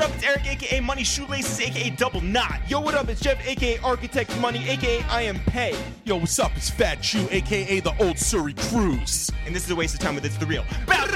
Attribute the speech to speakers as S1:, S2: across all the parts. S1: up? It's Eric, aka Money Shoelaces, aka Double Knot. Yo, what up? It's Jeff, aka Architect Money, aka I Am Pay.
S2: Yo, what's up? It's Fat Chew, aka the old Surrey Cruise.
S1: And this is a waste of time, but it's the real.
S2: Brat,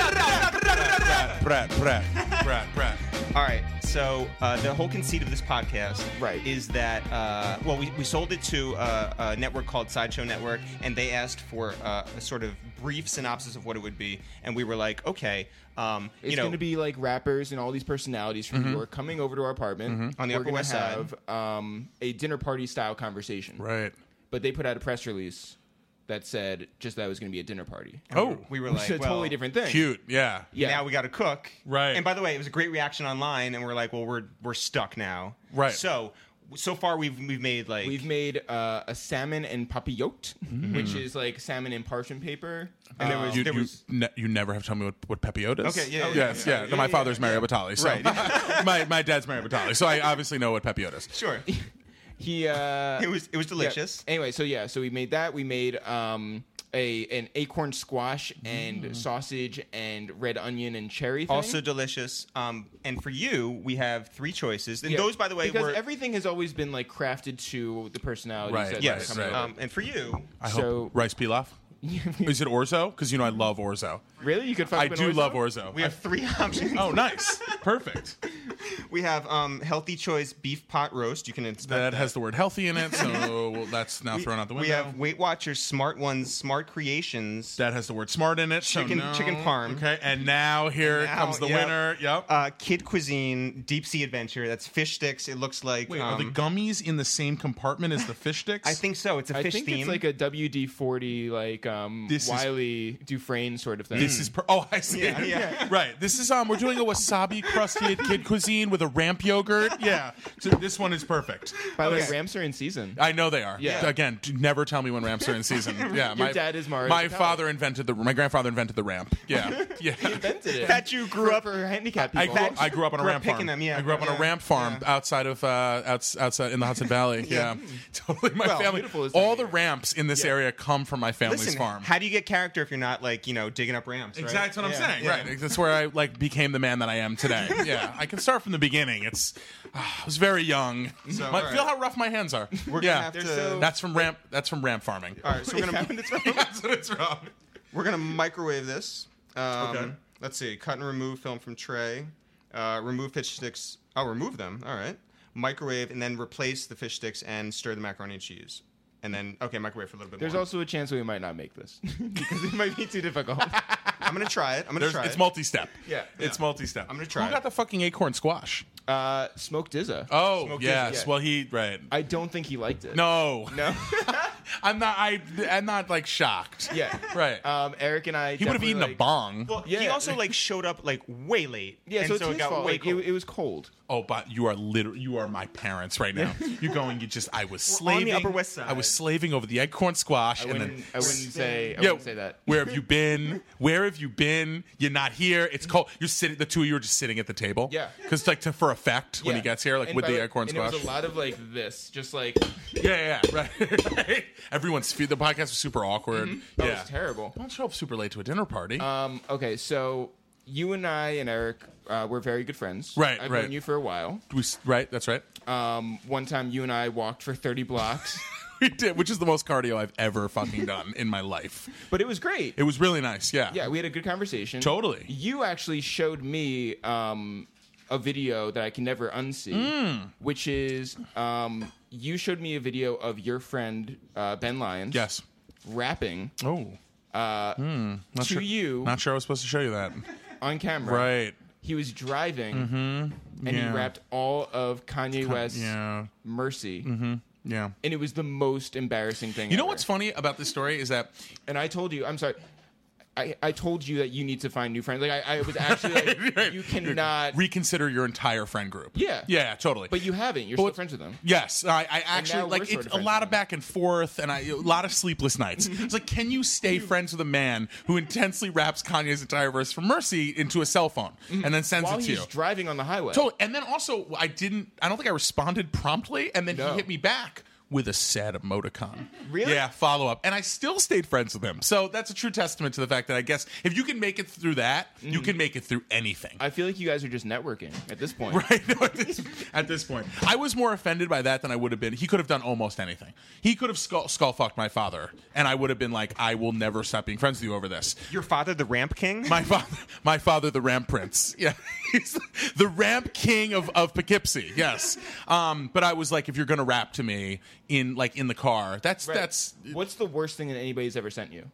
S2: brat, brat, brat.
S1: All right. So uh, the whole conceit of this podcast,
S3: Right.
S1: is that uh, well, we, we sold it to uh, a network called Sideshow Network, and they asked for uh, a sort of brief synopsis of what it would be, and we were like, okay, um,
S3: It's
S1: you know, Mm-hmm.
S3: going to be like rappers and all these personalities from New York coming over to our apartment.
S1: On the
S3: We're
S1: Upper
S3: gonna
S1: West Side.
S3: have, um, a dinner party style conversation.
S2: Right.
S3: But they put out a press release that said just that it was going to be a dinner party.
S2: Oh,
S1: we were
S3: Which
S1: like,
S3: is a
S1: well,
S3: totally different thing.
S2: cute. Yeah.
S3: Yeah.
S1: Now we got to cook.
S2: Right.
S1: And by the way, it was a great reaction online, and we're like, well, we're we're stuck now.
S2: Right.
S1: So so far we've we've made like
S3: We've made uh, a salmon and papillote, which is like salmon and parchment paper. Um, And there was,
S2: You,
S1: there
S2: you,
S1: was-
S2: ne- you never have to tell me what, what Pepiota is.
S1: Okay, yeah, yeah,
S2: yes, yeah. No, my father's Mario Batali. So my, my dad's Mario Batali. So I obviously know what Pepiota is.
S1: sure.
S3: he uh,
S1: It was it was delicious.
S3: Yeah. Anyway, so yeah, so we made that. We made um a an acorn squash and sausage and red onion and cherry. Thing.
S1: Mm. Also delicious. Um, and for you, we have three choices. And
S3: Yeah,
S1: those, by the way,
S3: because
S1: were
S3: everything has always been like crafted to the personalities.
S2: Right,
S3: That
S1: yes.
S3: Come
S2: right.
S3: out.
S1: Um, and for you,
S2: I
S3: So-
S2: hope rice pilaf. is it orzo? Because you know I love orzo.
S3: really, you could. Fuck
S2: I
S3: with
S2: do
S3: orzo?
S2: love orzo.
S1: we have three options.
S2: oh, nice, perfect.
S1: We have um, healthy choice beef pot roast. You can inspect
S2: That has the word healthy in it, so well, that's now thrown out the window.
S1: We have Weight Watchers Smart Ones Smart Creations.
S2: that has the word smart in it.
S1: Chicken-
S2: so no.
S1: chicken parm.
S2: Okay, and now here
S1: Now,
S2: comes the
S1: yep.
S2: winner. Yep.
S1: uh, Kid Cuisine Deep Sea Adventure. That's fish sticks. It looks like.
S2: Wait, are
S1: um,
S2: the gummies in the same compartment as the fish sticks?
S1: I think so. It's a
S3: I
S1: fish
S3: think
S1: theme.
S3: it's like a WD forty, like um,
S2: This is-
S3: Wiley Dufresne sort of thing.
S2: This is per- oh, I see.
S1: Yeah, yeah.
S2: Right. This is um, we're doing a wasabi crusted kid cuisine with a ramp yogurt. Yeah. So this one is perfect.
S3: By the way,
S1: okay.
S3: ramps are in season.
S2: I know they are.
S3: Yeah.
S2: Again, do never tell me when ramps are in season. Yeah.
S3: Your dad is Mario
S2: My
S3: Batali.
S2: father invented the. My grandfather invented the ramp. Yeah. Yeah.
S3: Invented it.
S1: that you grew up.
S3: for handicapped
S2: I
S3: people.
S2: grew, I grew up on a
S1: Grew up
S2: ramp
S1: picking
S2: farm.
S1: them, yeah.
S2: I grew up on
S1: Yeah.
S2: a ramp farm outside of uh, outs, outside in the Hudson Valley. yeah. totally. My
S1: Well,
S2: family.
S3: beautiful is
S2: All
S3: that
S2: the ramps in this area come from my family's
S1: Listen,
S2: farm.
S1: how do you get character if you're not like you know digging up ramps? right?
S2: Exactly what I'm
S1: Yeah,
S2: saying.
S1: yeah.
S2: Right. That's where I like became the man that I am today. yeah. I can start from the beginning. It's ah, I was very young.
S1: So,
S2: My-
S1: all
S2: Feel
S1: right.
S2: how rough my hands are.
S1: We're gonna
S2: yeah.
S1: have to.
S3: so-
S2: That's from ramp. That's from ramp farming.
S1: all right, so we're gonna
S2: that's what it's from.
S1: we're gonna microwave this. Um,
S2: Okay.
S1: Let's see. Cut and remove film from tray. Uh, remove fish sticks. I'll remove them. All right. Microwave and then replace the fish sticks and stir the macaroni and cheese. And then okay, microwave for a little bit
S3: There's
S1: more.
S3: also a chance we might not make this because it might be too difficult.
S1: I'm gonna try it. I'm gonna
S2: There's,
S1: try
S2: it's
S1: it.
S2: multi-step.
S3: Yeah.
S2: It's multi-step.
S1: I'm gonna try
S2: Who got
S1: it.
S2: the fucking acorn squash?
S3: Uh, Smoke Dizza.
S2: Oh
S1: Smoked
S2: yes.
S1: is- yeah.
S2: Well, he right.
S3: I don't think he liked it.
S2: no.
S3: no.
S2: I'm not. I. I'm not like shocked.
S3: yeah,
S2: Right.
S3: Um, Eric and I.
S2: he would have eaten a bong.
S1: Well, he
S3: Yeah.
S1: also like showed up like way late.
S3: Yeah,
S1: and
S3: so, it's his fault.
S1: way
S3: Like,
S1: cold.
S3: it, it was cold.
S2: Oh, but you are literally you are my parents right now. You're going. You just I was
S1: We're on the
S2: slaving.
S1: Upper West Side.
S2: I was slaving over the acorn squash,
S3: I
S2: and
S3: wouldn't.
S2: then
S3: I wouldn't say. I
S2: Yo,
S3: wouldn't say that.
S2: Where have you been? Where have you been? You're not here. It's cold. You're sitting. The two of you are just sitting at the table.
S3: Yeah.
S2: Because like to, for effect when
S3: Yeah.
S2: he gets here, like
S3: And
S2: with
S3: by
S2: the
S3: way-
S2: acorn
S3: and
S2: squash.
S3: It was a lot of like this, just like
S2: Yeah, yeah, yeah. right. Everyone's feed. The podcast was super awkward.
S3: Mm-hmm. that
S2: Yeah.
S3: was terrible.
S2: Don't show up super late to a dinner party.
S3: Um, okay, so you and I and Eric uh, were very good friends.
S2: Right,
S3: I've
S2: right.
S3: known you for a while.
S2: we, s- right. That's right.
S3: Um, one time you and I walked for thirty blocks,
S2: we did, which is the most cardio I've ever fucking done in my life.
S3: but it was great.
S2: It was really nice. Yeah.
S3: yeah, we had a good conversation.
S2: Totally.
S3: You actually showed me um, a video that I can never unsee,
S2: Mm.
S3: which is um, you showed me a video of your friend uh, Ben Lyons.
S2: Yes.
S3: rapping
S2: Oh.
S3: uh, to
S2: sure-
S3: you
S2: Not sure I was supposed to show you that.
S3: on camera.
S2: Right. Mm-hmm.
S3: He was driving, and
S2: Yeah.
S3: he rapped all of Kanye West's
S2: Yeah.
S3: "Mercy,"
S2: Yeah.
S3: and it was the most embarrassing thing.
S2: You know
S3: ever.
S2: what's funny about this story is that
S3: And I told you, I'm sorry. I, I told you that you need to find new friends. Like I, I was actually like, you cannot.
S2: reconsider your entire friend group.
S3: Yeah.
S2: Yeah, totally.
S3: But you haven't. You're still
S2: what-
S3: friends with them.
S2: Yes, I, I actually
S3: now we're
S2: like
S3: sort
S2: it's
S3: of
S2: a
S3: friends
S2: lot of
S3: now. Mm-hmm.
S2: back and forth, and I, a lot of sleepless nights. it's like, can you stay friends with a man who intensely raps Kanye's entire verse from "Mercy" into a cell phone and then sends
S3: Mm-hmm. While
S2: it to
S3: he's
S2: you?
S3: driving on the highway.
S2: Totally. And then also, I didn't. I don't think I responded promptly, and then
S3: No.
S2: he hit me back with a sad emoticon.
S1: Really?
S2: Yeah, follow up. And I still stayed friends with him. So that's a true testament to the fact that I guess if you can make it through that,
S3: Mm.
S2: you can make it through anything.
S3: I feel like you guys are just networking at this point.
S2: Right No, at, this, at this point, I was more offended by that than I would have been. He could have done almost anything. He could have skull, skull fucked my father, and I would have been like, "I will never stop being friends with you over this."
S1: Your father, the ramp king?
S2: My father, my father, the ramp prince. Yeah, he's the ramp king of, of Poughkeepsie. Yes, um, but I was like, if you're gonna rap to me in like in the car, that's
S3: Right.
S2: that's
S3: What's the worst thing that anybody's ever sent you?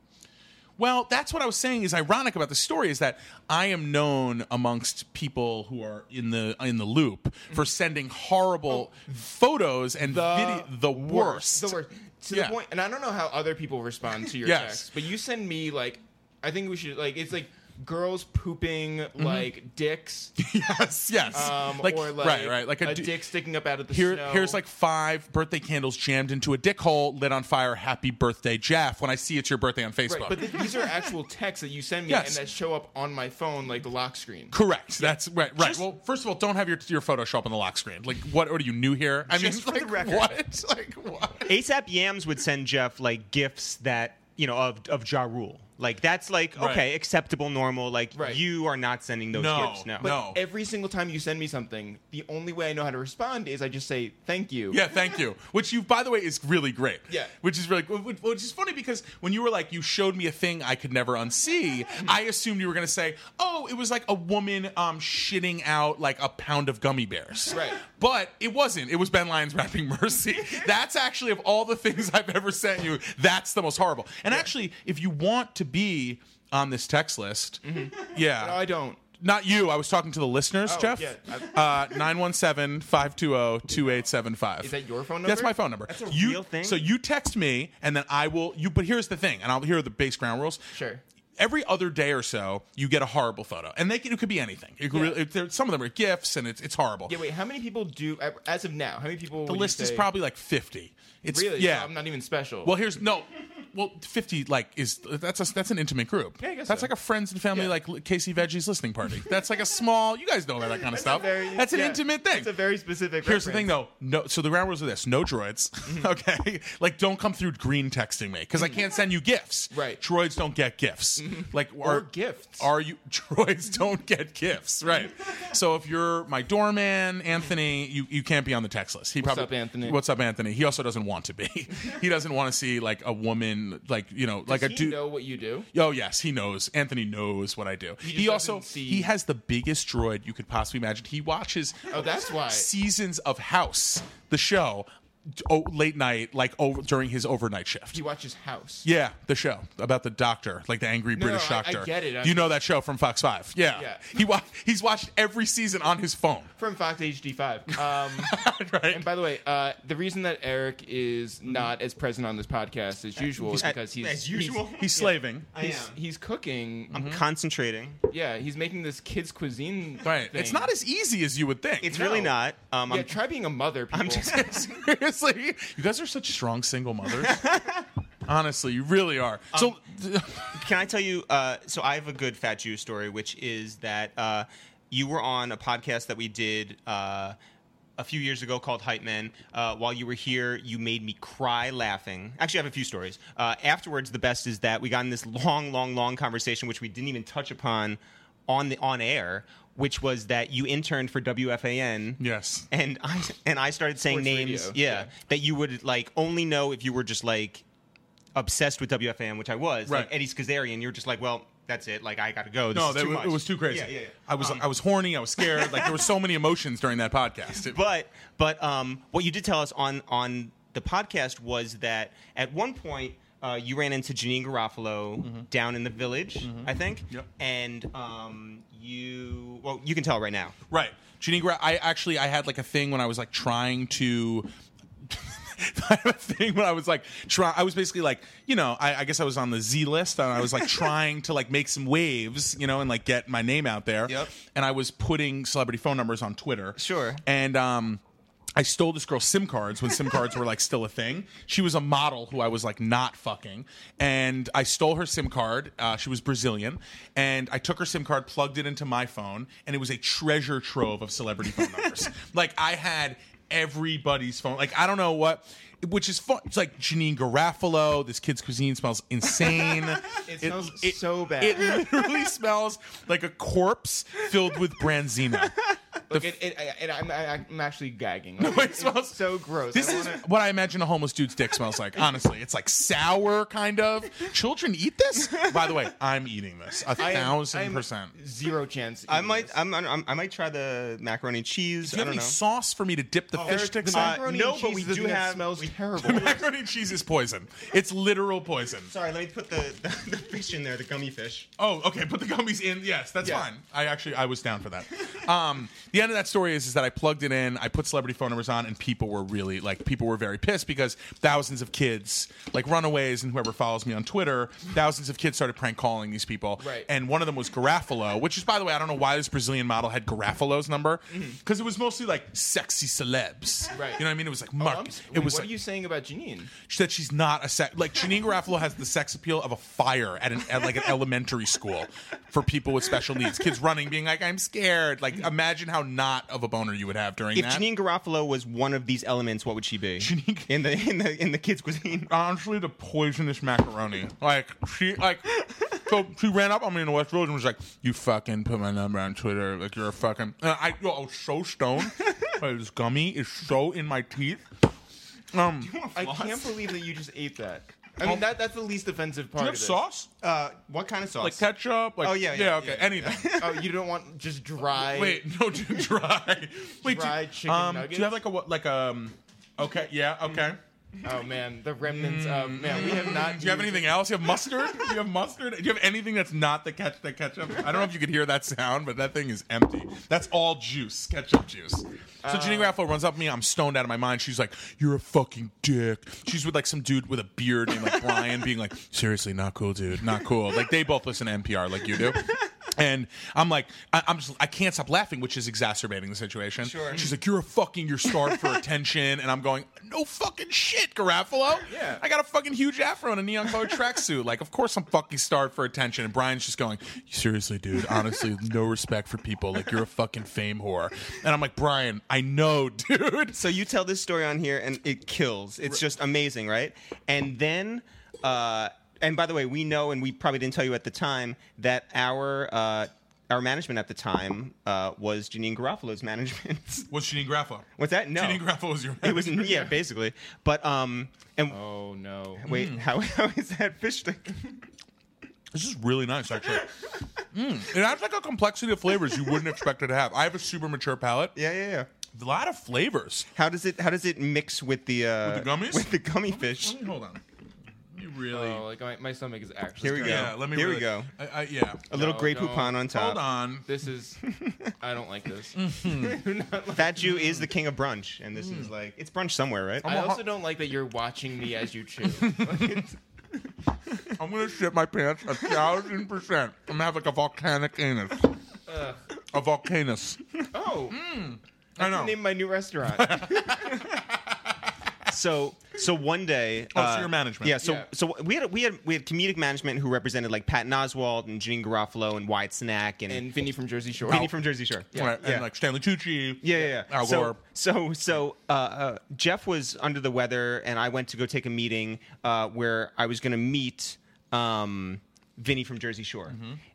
S2: well, that's what I was saying is ironic about the story is that I am known amongst people who are in the in the loop for sending horrible photos and video, the worst.
S3: The worst. To
S2: Yeah.
S3: the point, and I don't know how other people respond to your
S2: Yes.
S3: texts, but you send me like, I think we should like, it's like girls pooping like dicks,
S2: Yes, yes.
S3: um,
S2: Mm-hmm. like,
S3: or like
S2: right, right. Like a,
S3: a
S2: du-
S3: dick sticking up out of the
S2: Here,
S3: snow.
S2: here's like five birthday candles jammed into a dick hole lit on fire. Happy birthday, Jeff! When I see it's your birthday on Facebook.
S3: Right, but th- these are actual texts that you send me
S2: Yes.
S3: and that show up on my phone like the lock screen.
S2: Correct. That's right. Right.
S3: Just-
S2: well, first of all, don't have your your Photoshop on the lock screen. Like, what? What are you new here? I
S1: Just for
S2: mean,
S1: the
S2: like,
S1: record.
S2: what? Like, what?
S1: ASAP Yams would send Jeff like gifts that you know of of Ja Rule. Like that's like
S2: Right.
S1: okay, acceptable, normal. Like
S3: Right.
S1: you are not sending those
S2: No,
S1: gifts. No,
S2: but-
S1: no.
S2: No.
S3: Every single time you send me something, the only way I know how to respond is I just say thank you.
S2: Yeah, thank you. Which you, by the way, is really great.
S3: Yeah.
S2: Which is really, which which is funny because when you were like, you showed me a thing I could never unsee. I assumed you were gonna say, oh, it was like a woman um shitting out like a pound of gummy bears.
S3: Right.
S2: But it wasn't. It was Ben Lyons rapping Mercy. That's actually of all the things I've ever sent you, that's the most horrible. And actually, if you want to be on this text list, yeah,
S3: No, I don't.
S2: not you. I was talking to the listeners,
S3: Mm-hmm. Oh,
S2: Jeff.
S3: yeah.
S2: Uh, oh, 917-520-2875.
S3: Is that your phone
S2: That's
S3: number?
S2: my phone number.
S1: That's a
S2: you,
S1: real thing?
S2: So you text me, and then I will. You, but here's the thing, and I'll here are the base ground rules.
S3: Sure.
S2: Every other day or so, you get a horrible photo, and they can, it could be anything. It could really, it, there, some of them are gifts, and it's it's horrible.
S3: Yeah, wait. How many people do as of now? How many people?
S2: the list is probably like fifty. It's
S3: really.
S2: yeah.
S3: So I'm not even special.
S2: Well, here's no. Well, fifty like is that's a, that's an intimate group.
S3: Yeah, I guess
S2: that's
S3: so.
S2: like a friends and family
S3: Yeah.
S2: like li- Casey Veggies listening party. That's like a small. You guys know about that kind of stuff. that's an
S3: yeah,
S2: intimate thing.
S3: It's a very specific.
S2: Here's the thing, though. No, so the ground rules are this: no droids.
S3: Mm-hmm.
S2: Okay, like don't come through green texting me because I can't send you gifts.
S3: Right. Mm-hmm.
S2: droids don't get gifts. Like
S3: Or
S2: are-
S3: gifts.
S2: Are you droids don't get gifts? Right. so if you're my doorman, Anthony, you, you can't be on the text list. He what's
S3: up, Anthony?
S2: What's up, Anthony? He also doesn't want to be. he doesn't want to see like a woman, like you know, like
S3: Does
S2: a
S3: he
S2: dude.
S3: know what you do?
S2: Oh yes, he knows. Anthony knows what I do. He,
S3: just
S2: also
S3: doesn't see-
S2: he has the biggest droid you could possibly imagine. He watches
S3: Oh, that's why.
S2: seasons of House, the show, d- oh, late night, like over during his overnight shift.
S3: He watches House.
S2: Yeah, the show about the doctor, like the angry British
S3: no, I- I
S2: doctor.
S3: get it. I'm-
S2: you know that show from Fox Five. Yeah,
S3: Yeah.
S2: he wa- he's watched every season on his phone.
S3: From Fox HD5. Um,
S2: Right.
S3: and by the way, uh, the reason that Eric is
S2: Mm-hmm.
S3: not as present on this podcast as usual is because he's
S1: as usual.
S2: He's slaving.
S1: I
S3: He's,
S1: am.
S3: he's, he's cooking.
S1: I'm concentrating.
S3: Yeah, he's making this kids' cuisine.
S2: Right.
S3: thing.
S2: It's not as easy as you would think.
S1: It's
S3: No.
S1: really not. Um,
S3: Yeah,
S1: I'm,
S3: try being a mother. People.
S1: I'm just.
S2: Seriously, you guys are such strong single mothers. Honestly, you really are. So,
S3: Um,
S1: Can I tell you? Uh, so I have a good fat Jew story, which is that uh, you were on a podcast that we did. Uh, a few years ago, called Hype Men. Uh, while you were here, you made me cry laughing. Actually, I have a few stories. Uh, afterwards, the best is that we got in this long, long, long conversation, which we didn't even touch upon on the on air, which was that you interned for WFAN.
S2: yes.
S1: And I and I started saying
S3: Sports
S1: names,
S3: radio,
S1: yeah,
S3: yeah.
S1: that you would like only know if you were just like obsessed with WFAN, which I was,
S2: Right.
S1: like Eddie Schizzerian. You're just like, well, that's it. Like I got to go. This
S2: No,
S1: is
S2: that
S1: too
S2: was,
S1: much.
S2: it was too crazy.
S1: Yeah, yeah, Um, yeah.
S2: I was I was horny. I was scared. Like there were so many emotions during that podcast. It-
S1: But but um, what you did tell us on on the podcast was that at one point. Uh, you ran into Janine Garofalo down in the village, I think,
S2: Mm-hmm. Yep.
S1: and um, you well, you can tell right now.
S2: Right. Janine Gra- I actually I had like a thing when I was like trying to I had a thing when I was like try I was basically like, you know, I, I guess I was on the Z list and I was like trying to like make some waves, you know, and like get my name out there.
S1: Yep.
S2: And I was putting celebrity phone numbers on Twitter.
S1: Sure.
S2: And um I stole this girl's SIM cards when SIM cards were like still a thing. She was a model who I was like not fucking, and I stole her SIM card. Uh, she was Brazilian, and I took her SIM card, plugged it into my phone, and it was a treasure trove of celebrity phone numbers. like I had everybody's phone. Like I don't know what, which is fun. It's like Janine Garofalo. This kid's cuisine smells insane.
S3: It smells so bad.
S2: It literally smells like a corpse filled with branzino.
S3: Look, it, it, I- and I'm, I- I'm actually gagging. Like,
S2: it smells-
S3: so gross.
S2: This
S3: I
S2: is
S3: wanna-
S2: what I imagine a homeless dude's dick smells like. Honestly, it's like sour, kind of. Children eat this. By the way, I'm eating this a
S3: I am-
S2: thousand
S3: I am
S2: percent.
S3: Zero chance.
S1: I
S3: eating
S1: might,
S3: this.
S1: I'm, I'm, I might try the macaroni and cheese.
S2: Do you
S1: I
S2: have
S1: don't
S2: any
S1: know.
S2: sauce for me to dip the fish
S3: Oh, Eric, the
S2: sticks in?
S3: macaroni
S1: Uh, no,
S3: and
S1: but
S3: cheese
S1: we
S3: is the
S1: do
S3: thing that
S1: have-
S3: Smells
S1: we-
S3: terrible.
S2: The macaroni and cheese is poison. It's literal poison.
S1: Sorry, let me put the, the, the fish in there, the gummy fish.
S2: Oh, okay. Put the gummies in. Yes, that's
S3: Yeah.
S2: fine. I actually I was down for that. Um, the end of that story is, is that I plugged it in. I put celebrity phone numbers on, and people were really like people were very pissed because thousands of kids, like runaways, and whoever follows me on Twitter, thousands of kids started prank calling these people.
S3: Right.
S2: And one of them was Garafalo, which is by the way I don't know why this Brazilian model had Garafalo's number because it was mostly like sexy celebs.
S3: Mm-hmm. Right.
S2: You know what I mean? It was like
S3: Oh,
S2: Mark.
S3: I'm-
S2: it
S3: wait,
S2: was
S3: What
S2: like,
S3: are you saying about Janine?
S2: that she's not a sex like Janine Garofalo has the sex appeal of a fire at an at like an elementary school for people with special needs. Kids running, being like, "I'm scared." Like, imagine how not of a boner you would have during
S1: If
S2: that.
S1: Janine Garofalo was one of these elements, what would she be?
S2: Janine-
S1: in the in the in the kids' cuisine.
S2: Honestly, the poisonous macaroni. Like she, like so she ran up on me in the West Village and was like, "You fucking put my number on Twitter. Like you're a fucking." And I, yo, I was so stoned. Like, this gummy is so in my teeth. Um, do
S3: I can't believe that you just ate that. I mean, that, that's the least offensive part
S2: you
S3: of
S2: have
S3: this.
S2: sauce?
S1: Uh, what kind of sauce?
S2: Like ketchup? Like,
S1: Oh, yeah, yeah,
S2: yeah, okay,
S1: yeah,
S2: anything.
S3: Oh, you don't want just dry.
S2: Wait, no, do dry. Wait,
S3: Dry
S2: do,
S3: chicken
S2: um,
S3: nuggets?
S2: Do you have like a what? Like um. Okay. Yeah. Okay.
S3: Oh man, the remnants of man. We have not.
S2: Do you have
S3: used-
S2: anything else? You have mustard. Do you have mustard. Do you have anything that's not the catch the ketchup? I don't know if you could hear that sound, but that thing is empty. That's all juice, ketchup juice. So Jenny
S3: Uh.
S2: Raffle runs up to me. I'm stoned out of my mind. She's like, "You're a fucking dick." She's with like some dude with a beard named like Brian, being like, "Seriously, not cool, dude. Not cool." Like they both listen to NPR, like you do. And I'm like, I, I'm just, I can't stop laughing, which is exacerbating the situation.
S1: Sure. Hmm.
S2: She's like, you're a fucking, you're starved for attention, and I'm going, no fucking shit, Garafalo.
S3: Yeah.
S2: I got a fucking huge afro and a neon colored tracksuit. Like, of course I'm fucking starved for attention. And Brian's just going, seriously, dude. Honestly, no respect for people. Like, you're a fucking fame whore. And I'm like, Brian, I know, dude.
S1: so you tell this story on here, and it kills. It's just amazing, right? And then, uh, and by the way, we know, and we probably didn't tell you at the time that our uh, our management at the time uh, was Janine Garofalo's management.
S2: What's Janine Graffalo?
S1: What's that? No,
S2: Janine Graffalo was your.
S1: it was yeah, basically. But um, and
S3: Oh no.
S1: wait, how how is that fish stick?
S2: This is really nice, actually. Mm. It has like a complexity of flavors you wouldn't expect it to have. I have a super mature palate.
S1: Yeah, yeah, yeah.
S2: A lot of flavors.
S1: How does it how does it mix with the uh,
S2: With the gummies?
S1: with the gummy fish?
S2: Let me- Hold on. You really.
S3: Oh, like my, my stomach is actually.
S1: Here we go.
S3: turning.
S2: yeah, let me.
S1: Here we
S2: really-
S1: go.
S2: I, I, yeah.
S1: A little
S3: No,
S1: Grey
S3: don't.
S1: Poupon on top.
S2: Hold on.
S3: This is. I don't like this.
S1: Fat Jew is
S2: Mm.
S1: the king of brunch, and this is like it's brunch somewhere, right?
S3: Mm. I also don't like that you're watching me as you chew.
S2: I'm gonna shit my pants a thousand percent. I'm gonna have like a volcanic anus. A volcanus.
S3: oh,
S2: I know.
S3: name of my new restaurant.
S1: so so one day uh,
S2: Oh, so your management.
S1: yeah so
S3: Yeah.
S1: so we had we had we had comedic management who represented like Patton Oswald and Gene Garofalo and Wyatt Snack and,
S3: and Vinny from Jersey Shore.
S1: Vinny from Jersey Shore
S2: All right,
S1: yeah.
S2: And like Stanley Tucci.
S1: yeah yeah, yeah.
S2: Al
S1: so
S2: Gore.
S1: so so uh, uh, Jeff was under the weather and I went to go take a meeting uh, where I was going to meet um, Vinny from Jersey Shore.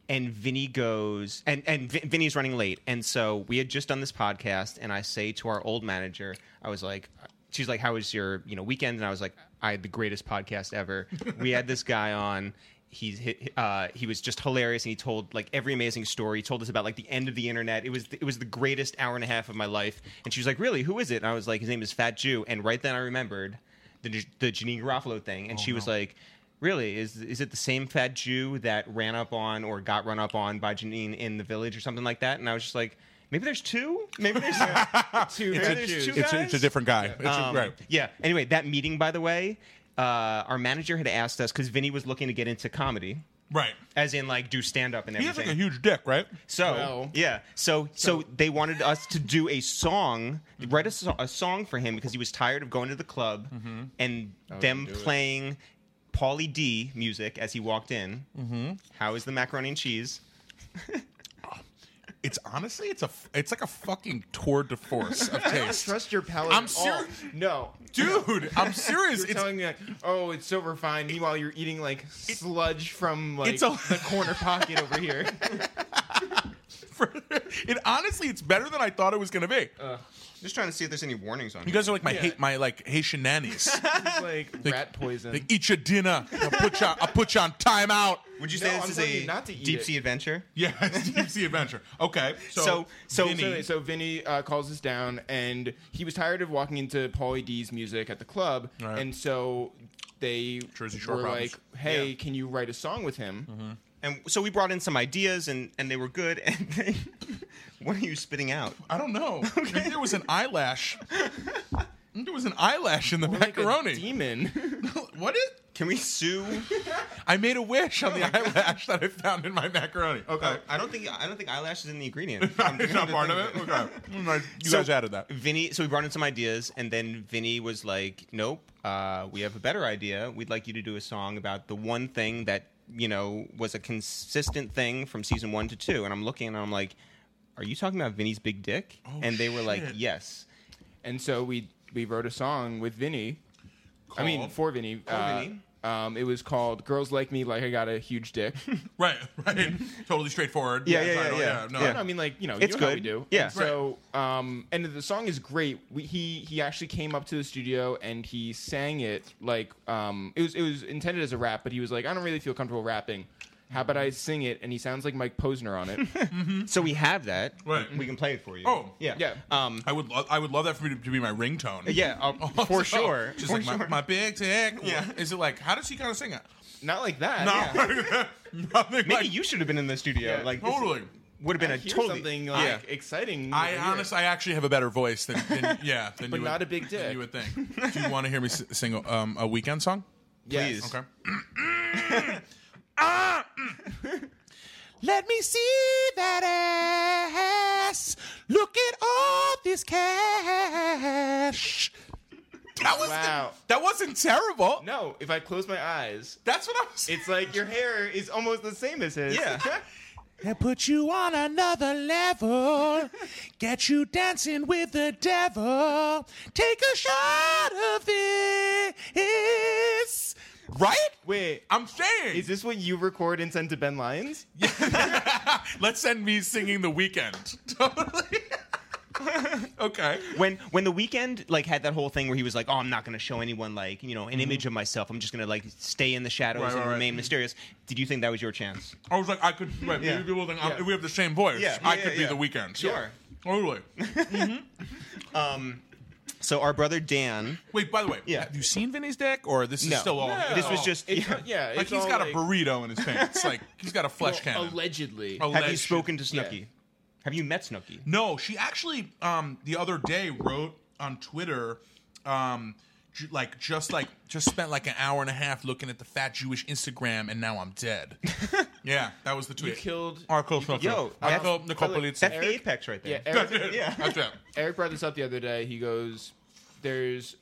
S1: And Vinny goes, and and Vin- Vinny's running late, and so we had just done this podcast, and I say to our old manager, I was like, she's like, how was your you know weekend? And I was like, I had the greatest podcast ever. we had this guy on. He's he- uh, he was just hilarious, and he told like every amazing story. He told us about like the end of the internet. It was it was the greatest hour and a half of my life. And she was like, really, who is it? And I was like, his name is Fat Jew. And right then I remembered the the Janine Garofalo thing, and
S2: Oh,
S1: she was like. Really, is is it the same fat Jew that ran up on or got run up on by Janine in the village or something like that? And I was just like, maybe there's two, maybe there's two, maybe
S2: It's, a,
S1: there's two
S2: it's, a,
S1: guys?
S2: it's a different guy. It's a,
S1: Um,
S2: right.
S1: Yeah. Anyway, that meeting, by the way, uh, our manager had asked us because Vinny was looking to get into comedy,
S2: Right.
S1: as in like do stand up and
S2: He has like
S1: everything.
S2: a huge dick, right?
S1: so
S3: Well.
S1: yeah, so, so they wanted us to do a song, write a, so- a song for him because he was tired of going to the club and them
S3: do it.
S1: playing Paulie D music as he walked in. Mm-hmm. is the macaroni and cheese?
S2: It's honestly, it's a, f- it's like a fucking tour de force of taste.
S3: Trust your palate.
S2: I'm
S3: at all.
S2: serious.
S3: No,
S2: Dude, I'm serious.
S3: You're
S2: It's
S3: telling me like, oh, it's so refined. Meanwhile, you're eating like sludge from like
S2: it's a-
S3: the corner pocket over here.
S2: for, it honestly, it's better than I thought it was gonna be.
S1: Just trying to see if there's any warnings on
S2: you
S1: here.
S2: guys are like my
S3: yeah.
S2: hate, my like Haitian nannies.
S3: It's like rat poison.
S2: like, eat your dinner. I'll put you, I'll put you on timeout.
S1: Would you
S3: No,
S1: say
S3: I'm
S1: this
S3: telling
S1: is
S3: you
S1: a
S3: not to eat
S1: deep
S3: it.
S1: sea adventure?
S2: Yeah, it's deep sea adventure. Okay, so
S1: So- so-
S2: Vinny-
S1: so
S3: So, anyway, so Vinny uh, calls us down, and he was tired of walking into Paulie D's music at the club,
S2: Right.
S3: and so they
S2: Jersey Shore
S3: were
S2: problems. Mm-hmm.
S3: like, "Hey,
S1: Yeah.
S3: can you write a song with him?"
S1: And so we brought in some ideas, and and they were good. And they, what are you spitting out?
S2: I don't know. Maybe there was an eyelash. Maybe there was an eyelash in the
S3: Like a
S2: macaroni.
S3: demon.
S2: what is?
S1: Can we sue?
S2: I made a wish on the eyelash that I found in my macaroni. Okay.
S1: I don't think I don't think eyelash is in the ingredient. I'm
S2: It's not
S1: thinking
S2: part of
S1: the
S2: it.
S1: thing.
S2: Okay, Nice. you
S1: So-
S2: guys added that.
S1: Vinny, so we brought in some ideas, and then Vinny was like, "Nope, uh, we have a better idea. We'd like you to do a song about the one thing that you know was a consistent thing from season one to two. And I'm looking, and I'm like, "Are you talking about Vinny's big dick?" and they were like,
S2: Oh, shit.
S1: "Yes."
S3: and so we we wrote a song with Vinny. I mean,
S2: Called-
S3: for Vinny. uh,
S1: Vinny.
S3: Um, it was called "Girls Like Me Like I Got a Huge Dick."
S2: right, right. totally straightforward.
S1: Yeah, yeah,
S2: title,
S1: yeah, yeah.
S2: No,
S1: Yeah.
S3: No, I mean, like you know,
S1: It's
S3: you know how
S1: good.
S3: we do.
S1: Yeah.
S3: And so, um, and the song is great. We, he he actually came up to the studio and he sang it like um, it was it was intended as a rap, but he was like, I don't really feel comfortable rapping. How about I sing it? And he sounds like Mike Posner on it.
S1: So we have that.
S2: Right.
S1: We can play it for you.
S2: Oh.
S1: yeah,
S3: Yeah.
S1: Um,
S2: I would, lo- I would love that for me to, to be my ringtone.
S1: yeah, uh, for sure.
S2: Just
S1: For
S2: like my,
S1: sure.
S2: my big dick. Yeah. Is it like how does he kind of sing it?
S3: Not like that.
S2: No,
S3: yeah.
S2: nothing.
S1: Maybe
S2: like,
S1: you should have been in the studio.
S3: Yeah.
S1: Like this
S2: totally.
S1: would have been
S3: I
S1: a
S3: hear
S1: totally
S3: something like
S2: Yeah.
S3: exciting.
S2: I
S3: over here.
S2: honestly, I actually have a better voice than, than yeah, than
S3: But
S2: you would,
S3: not a big
S2: than
S3: dick.
S2: You would think. Do you want to hear me s- sing a, um, a weekend song?
S3: Yes.
S1: please.
S2: Okay. Ah, mm. Let me see that ass. Look at all this cash. That was
S3: Wow.
S2: that wasn't terrible.
S3: No, if I close my eyes,
S2: That's what I was.
S3: it's like your hair is almost the same as his.
S1: Yeah.
S2: and put you on another level. Get you dancing with the devil. Take a shot of this. Right?
S3: Wait,
S2: I'm saying.
S3: is this what you record and send to Ben Lyons?
S2: Let's send me singing the weekend. Totally. okay.
S1: when when the weekend like had that whole thing where he was like, "Oh, I'm not going to show anyone like you know an image of myself. I'm just going to like stay in the shadows
S2: Mm-hmm. Right,
S1: and
S2: right, Mm-hmm. right.
S1: remain mysterious." Did you think that was your chance?
S2: I was like, I could. Right,
S1: Yeah.
S2: maybe people think I'm-
S3: Yeah.
S2: we have the same voice.
S1: Yeah,
S2: I
S1: yeah,
S2: could be
S1: yeah.
S2: the weekend.
S1: Sure.
S2: Totally.
S1: So our brother Dan,
S2: Wait, by the way,
S1: Yeah.
S2: have you seen Vinny's dick, or this is
S1: No.
S2: still all? oh.
S3: No.
S1: this was just.
S3: It's,
S1: yeah.
S3: yeah,
S2: like
S3: it's
S2: he's
S3: all
S2: got a
S3: like-
S2: burrito in his pants. like he's got a flesh
S3: Well,
S2: cannon.
S3: Allegedly.
S2: Alleged.
S1: Have you spoken to Snooki? Have you met Snooki?
S2: No, she actually um the other day wrote on Twitter um ju- like just like just spent like an hour and a half looking at the fat Jewish Instagram and now I'm dead. yeah, that was the tweet.
S3: You killed.
S2: Arkell
S1: Yo,
S2: Arkell
S1: that's-
S2: Nicole
S3: Felix,
S2: Polizzi.
S1: That's the
S3: Eric-
S1: apex right there.
S3: Yeah, Eric,
S1: yeah.
S2: That's it.
S3: Eric brought this up the other day. He goes, "There's,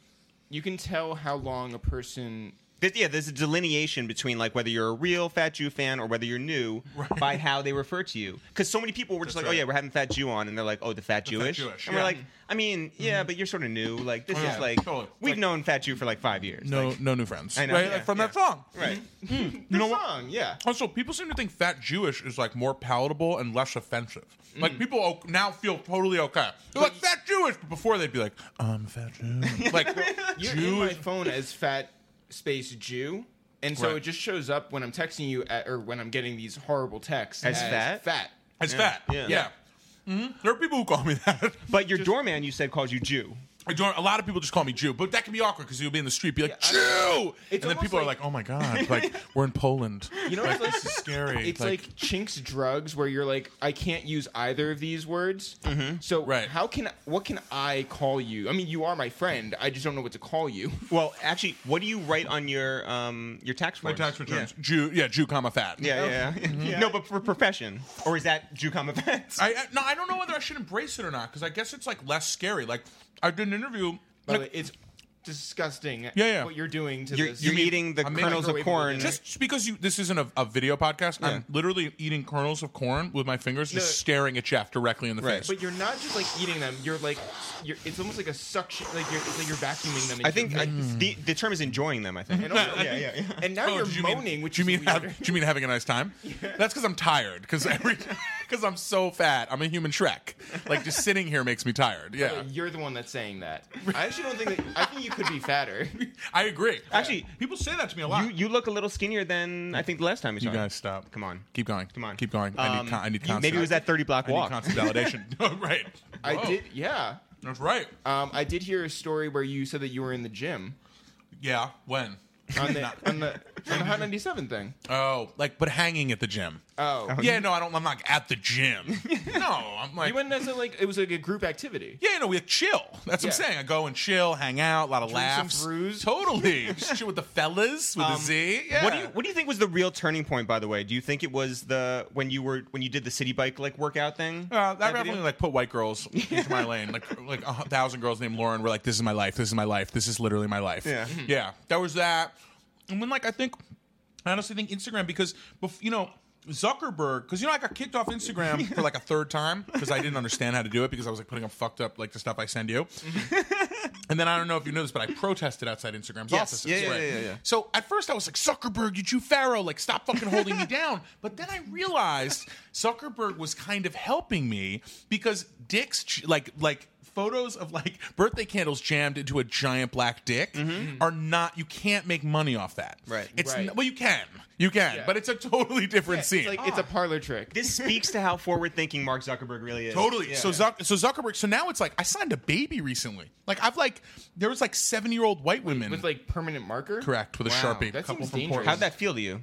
S3: you can tell how long a person."
S1: There- yeah, there's a delineation between like whether you're a real Fat Jew fan or whether you're new by how they refer to you. Because so many people were just
S2: That's
S1: like, "Oh
S2: right.
S1: yeah, we're having Fat Jew on," and they're like, "Oh, the Fat Jewish,",
S2: Jewish,
S1: and
S2: yeah. Mm-hmm. Oh,
S1: we're like, "I mean, yeah, but you're sort of new. Like this
S2: Yeah,
S1: is like
S2: totally.
S1: we've
S2: Like-
S1: known Fat Jew for like five years.
S2: No, Mm-hmm.
S1: Like,
S2: no new friends.
S1: I know,
S2: right,
S1: yeah,
S2: like from that
S1: yeah.
S2: song.
S1: right?
S3: You know song, yeah.
S2: Also, people seem to think fat Jewish is like more palatable and less offensive.
S1: Mm.
S2: Like people o- now feel totally okay. They're like fat Jewish, but before they'd be like, I'm a fat Jew. like
S3: You're in my
S2: Jewish.
S3: phone as fat space Jew, and so
S2: Right.
S3: it just shows up when I'm texting you at, or when I'm getting these horrible texts
S1: As fat?
S3: Fat.
S2: It's
S1: Yeah,
S2: fat. Yeah.
S1: yeah.
S2: Mhm. There are people who call me that.
S1: But your doorman, you said, calls you Jew.
S2: I don't- a lot of people just call me Jew, but that can be awkward because you'll be in the street, be like
S3: Yeah, I-
S2: Jew, and
S3: It's
S2: then
S3: almost
S2: people are
S3: like-
S2: like, "Oh my god, like we're in Poland."
S3: You know, it's like,
S2: This is scary.
S3: it's like, Chinks drugs, where you're like, I can't use either of these words. So
S2: Right.
S3: how can what can I call you? I mean, you are my friend. I just don't know what to call you.
S1: Well, actually, what do you write on your um your tax
S2: my
S1: forms?
S2: tax returns. Jew, yeah, Jew, comma fat.
S1: Yeah, yeah, yeah. No, but for profession, or is that Jew comma fat?
S2: I, I no, I don't know whether I should embrace it or not because I guess it's like less scary. Like I did an interview.
S3: By the
S2: like,
S3: way, it's disgusting.
S2: yeah.
S3: What you're doing to
S1: You're,
S3: this?
S1: you're eating the
S2: I'm making
S1: kernels of
S3: microwave
S1: corn.
S3: it.
S2: Just because you, this isn't a, a video podcast,
S1: Yeah.
S2: I'm literally eating kernels of corn with my fingers, just
S3: No.
S2: staring at Jeff directly in the
S1: Right.
S2: face.
S3: But you're not just like eating them. You're like, you're, it's almost like a suction. Like you're, it's like you're vacuuming them.
S1: I think I, the the term is enjoying them. I think.
S3: And, also-
S1: Yeah, yeah, yeah.
S3: and now
S2: Oh,
S3: you're
S2: did you mean-
S3: moaning, which
S2: do you
S3: is
S2: mean have,
S3: weird.
S2: do you mean having a nice time? That's because I'm tired. Because every because I'm so fat, I'm a human Shrek. Like just sitting here makes me tired. Yeah,
S3: You're the one that's saying that. I actually don't think that. I think you could be fatter.
S2: I agree.
S1: Actually,
S2: people say that to me a lot.
S1: You you look a little skinnier than I think the last time you saw
S2: You
S1: me.
S2: guys stop.
S1: Come on.
S2: Keep going.
S1: Come on.
S2: Keep going. I
S1: Um,
S2: need. Con- I need
S1: you-
S2: constant.
S1: Maybe it was that thirty block
S2: I need
S1: walk.
S2: constant validation. No, right.
S3: I
S2: Whoa.
S3: did, yeah.
S2: That's right.
S3: Um, I did hear a story where you said that you were in the gym
S2: Yeah. When?
S3: on the on the, on the Hot 97 thing.
S2: Oh, like but hanging at the gym.
S3: Oh,
S2: yeah. No, I don't. I'm not at the gym. no, I'm like.
S3: you went as a, like it was like a group activity.
S2: Yeah, you know, we chill. That's what
S3: Yeah.
S2: I'm saying. I go and chill, hang out, a lot of
S3: Drink some
S2: laughs.
S3: brews.
S2: Totally. Just chill with the fellas, with
S1: Um,
S2: the Z. Yeah.
S1: What do you What do you think was the real turning point? By the way, do you think it was the when you were when you did the city bike like workout thing?
S2: Uh, that
S1: video?
S2: definitely like put white girls into my lane. Like like a hu- thousand girls named Lauren were like, "This is my life. This is my life. This is literally my life."
S1: Yeah.
S2: yeah. That was that. And then like I think, I honestly think Instagram because bef- you know Zuckerberg because you know I got kicked off Instagram for like a third time because I didn't understand how to do it because I was like putting up fucked up like the stuff I send you. And then I don't know if you know this, but I protested outside Instagram's
S1: Yes.
S2: offices.
S1: Yeah, yeah,
S2: right?
S1: yeah, yeah, yeah.
S2: So at first I was like, Zuckerberg, you Jew Pharaoh, like stop fucking holding me down. But then I realized Zuckerberg was kind of helping me because dicks, j- like, like photos of like birthday candles jammed into a giant black dick are not. You can't make money off that.
S1: Right.
S2: It's
S3: Mm-hmm. Right.
S2: n- well, you can, you can,
S3: Yeah.
S2: but it's a totally different
S3: It's
S2: scene.
S3: like it's a parlor trick.
S1: This speaks to how forward thinking Mark Zuckerberg really is.
S2: Totally.
S1: Yeah.
S2: so Zuck, so Zuckerberg. So now it's like I signed a baby recently. Like I've like there was like seven year old white women
S3: with like permanent marker.
S2: Correct, with a
S3: Wow,
S2: Sharpie.
S3: That
S2: Couple
S3: seems
S2: from
S3: dangerous.
S1: how'd that feel to you?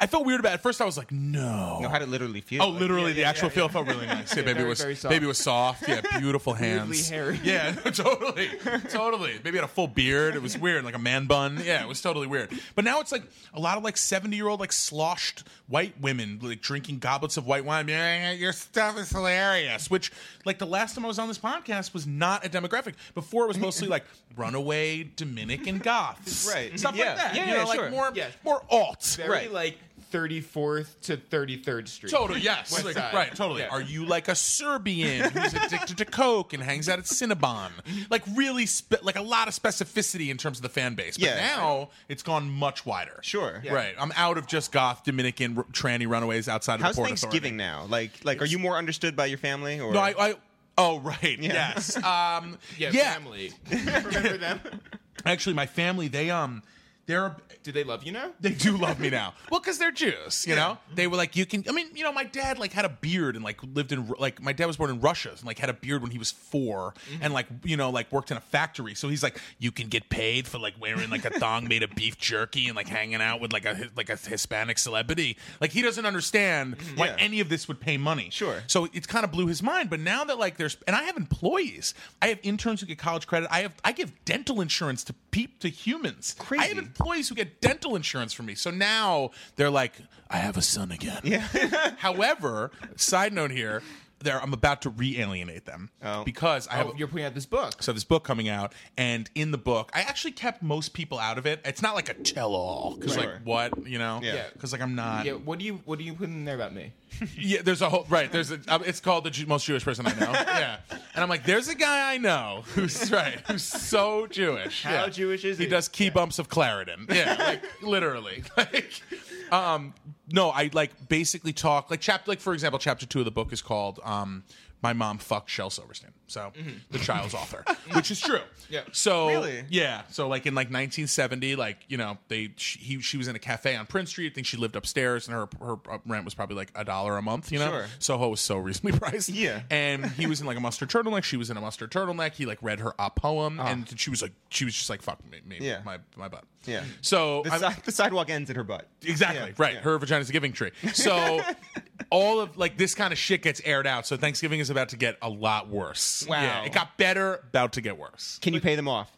S2: I felt weird about it. At first, I was like, no.
S1: No, how'd it literally feel?
S2: oh,
S1: Like,
S2: literally, the
S3: yeah,
S2: actual
S3: yeah,
S2: feel felt really nice. Yeah, baby
S3: very,
S2: was
S3: very soft.
S2: baby was soft. Yeah, beautiful hands.
S3: hairy.
S2: Yeah, totally, totally. Baby had a full beard. It was weird, like a man bun. Yeah, it was totally weird. But now it's like a lot of like seventy year old like sloshed white women like drinking goblets of white wine. Yeah, your stuff is hilarious. Which like the last time I was on this podcast was not a demographic. Before it was mostly like runaway Dominican goths,
S1: Right.
S2: Stuff
S1: Yeah,
S2: like that.
S1: yeah,
S2: you know,
S1: yeah,
S2: like
S1: sure.
S2: more
S3: Yeah.
S2: more alt.
S3: Very
S1: Right.
S3: like 34th to 33rd Street.
S2: Totally, yes.
S3: West
S2: Like,
S3: side.
S2: right, totally.
S3: Yeah.
S2: Are you like a Serbian who's addicted to coke and hangs out at Cinnabon? Like really, spe- like a lot of specificity in terms of the fan base. But
S1: Yeah.
S2: now it's gone much wider.
S1: Sure. Yeah.
S2: Right. I'm out of just goth Dominican r- tranny runaways outside of
S1: How's
S2: the port
S1: Thanksgiving
S2: authority.
S1: now? Like, like, are you more understood by your family? Or
S2: No, I. I Oh right, yes. Um,
S3: Yeah,
S2: yeah,
S3: family. Remember them?
S2: Actually, my family they um they're a-
S3: Do they love you now?
S2: they do love me now. Well, because they're Jews, you know. They were like, you can. I mean, you know, my dad like had a beard and like lived in Ru- like my dad was born in Russia and like had a beard when he was 4
S1: Mm-hmm.
S2: and like you know like worked in a factory. So he's like, you can get paid for like wearing like a thong made of beef jerky and like hanging out with like a like a Hispanic celebrity. Like he doesn't understand why
S1: Mm-hmm. Yeah.
S2: any of this would pay money.
S1: Sure.
S2: So it kind of blew his mind. But now that like there's and I have employees, I have interns who get college credit. I have I give dental insurance to peep to humans. I
S1: Crazy.
S2: have employees who get dental insurance from me. So now they're like, I have a son again. However, side note here, there I'm about to re-alienate them
S1: Oh.
S2: because I have
S3: Oh, you're putting out this book.
S2: so this book coming out, and in the book, I actually kept most people out of it. It's not like a tell-all because
S1: Sure.
S2: like what you know,
S1: Yeah.
S2: Because like I'm not.
S3: Yeah, what do you what do you put in there about me?
S2: Yeah, there's a whole right. There's a. um, It's called the Jew- most Jewish person I know. Yeah, and I'm like, there's a guy I know who's right, who's so Jewish.
S3: How
S2: Yeah.
S3: Jewish is
S2: he?
S3: he?
S2: does key bumps of Claritin. Yeah, like literally. Like, um, no, I like basically talk like chapter. Like for example, chapter two of the book is called um, "My Mom Fucked Shel Silverstein." So the child's author, which is true.
S3: Mm-hmm. Yeah.
S2: So
S1: Really?
S2: yeah. So like in like 1970, like you know they she, he, she was in a cafe on Prince Street. I think she lived upstairs, and her her uh, rent was probably like a dollar a month. You know,
S1: Sure.
S2: Soho was so reasonably priced.
S1: Yeah.
S2: And he was in like a mustard turtleneck. She was in a mustard turtleneck. He like read her a poem, and she was like she was just like fuck me, me
S1: Ah. Yeah.
S2: my my butt.
S1: Yeah.
S2: So
S1: the,
S2: I'm-
S1: si- the sidewalk ends at her butt.
S2: Exactly.
S1: Yeah,
S2: right.
S1: yeah.
S2: Her vagina's a giving tree. So all of like this kind of shit gets aired out. So Thanksgiving is about to get a lot worse.
S1: Wow.
S2: it got better, about to get worse.
S1: Can you pay them off?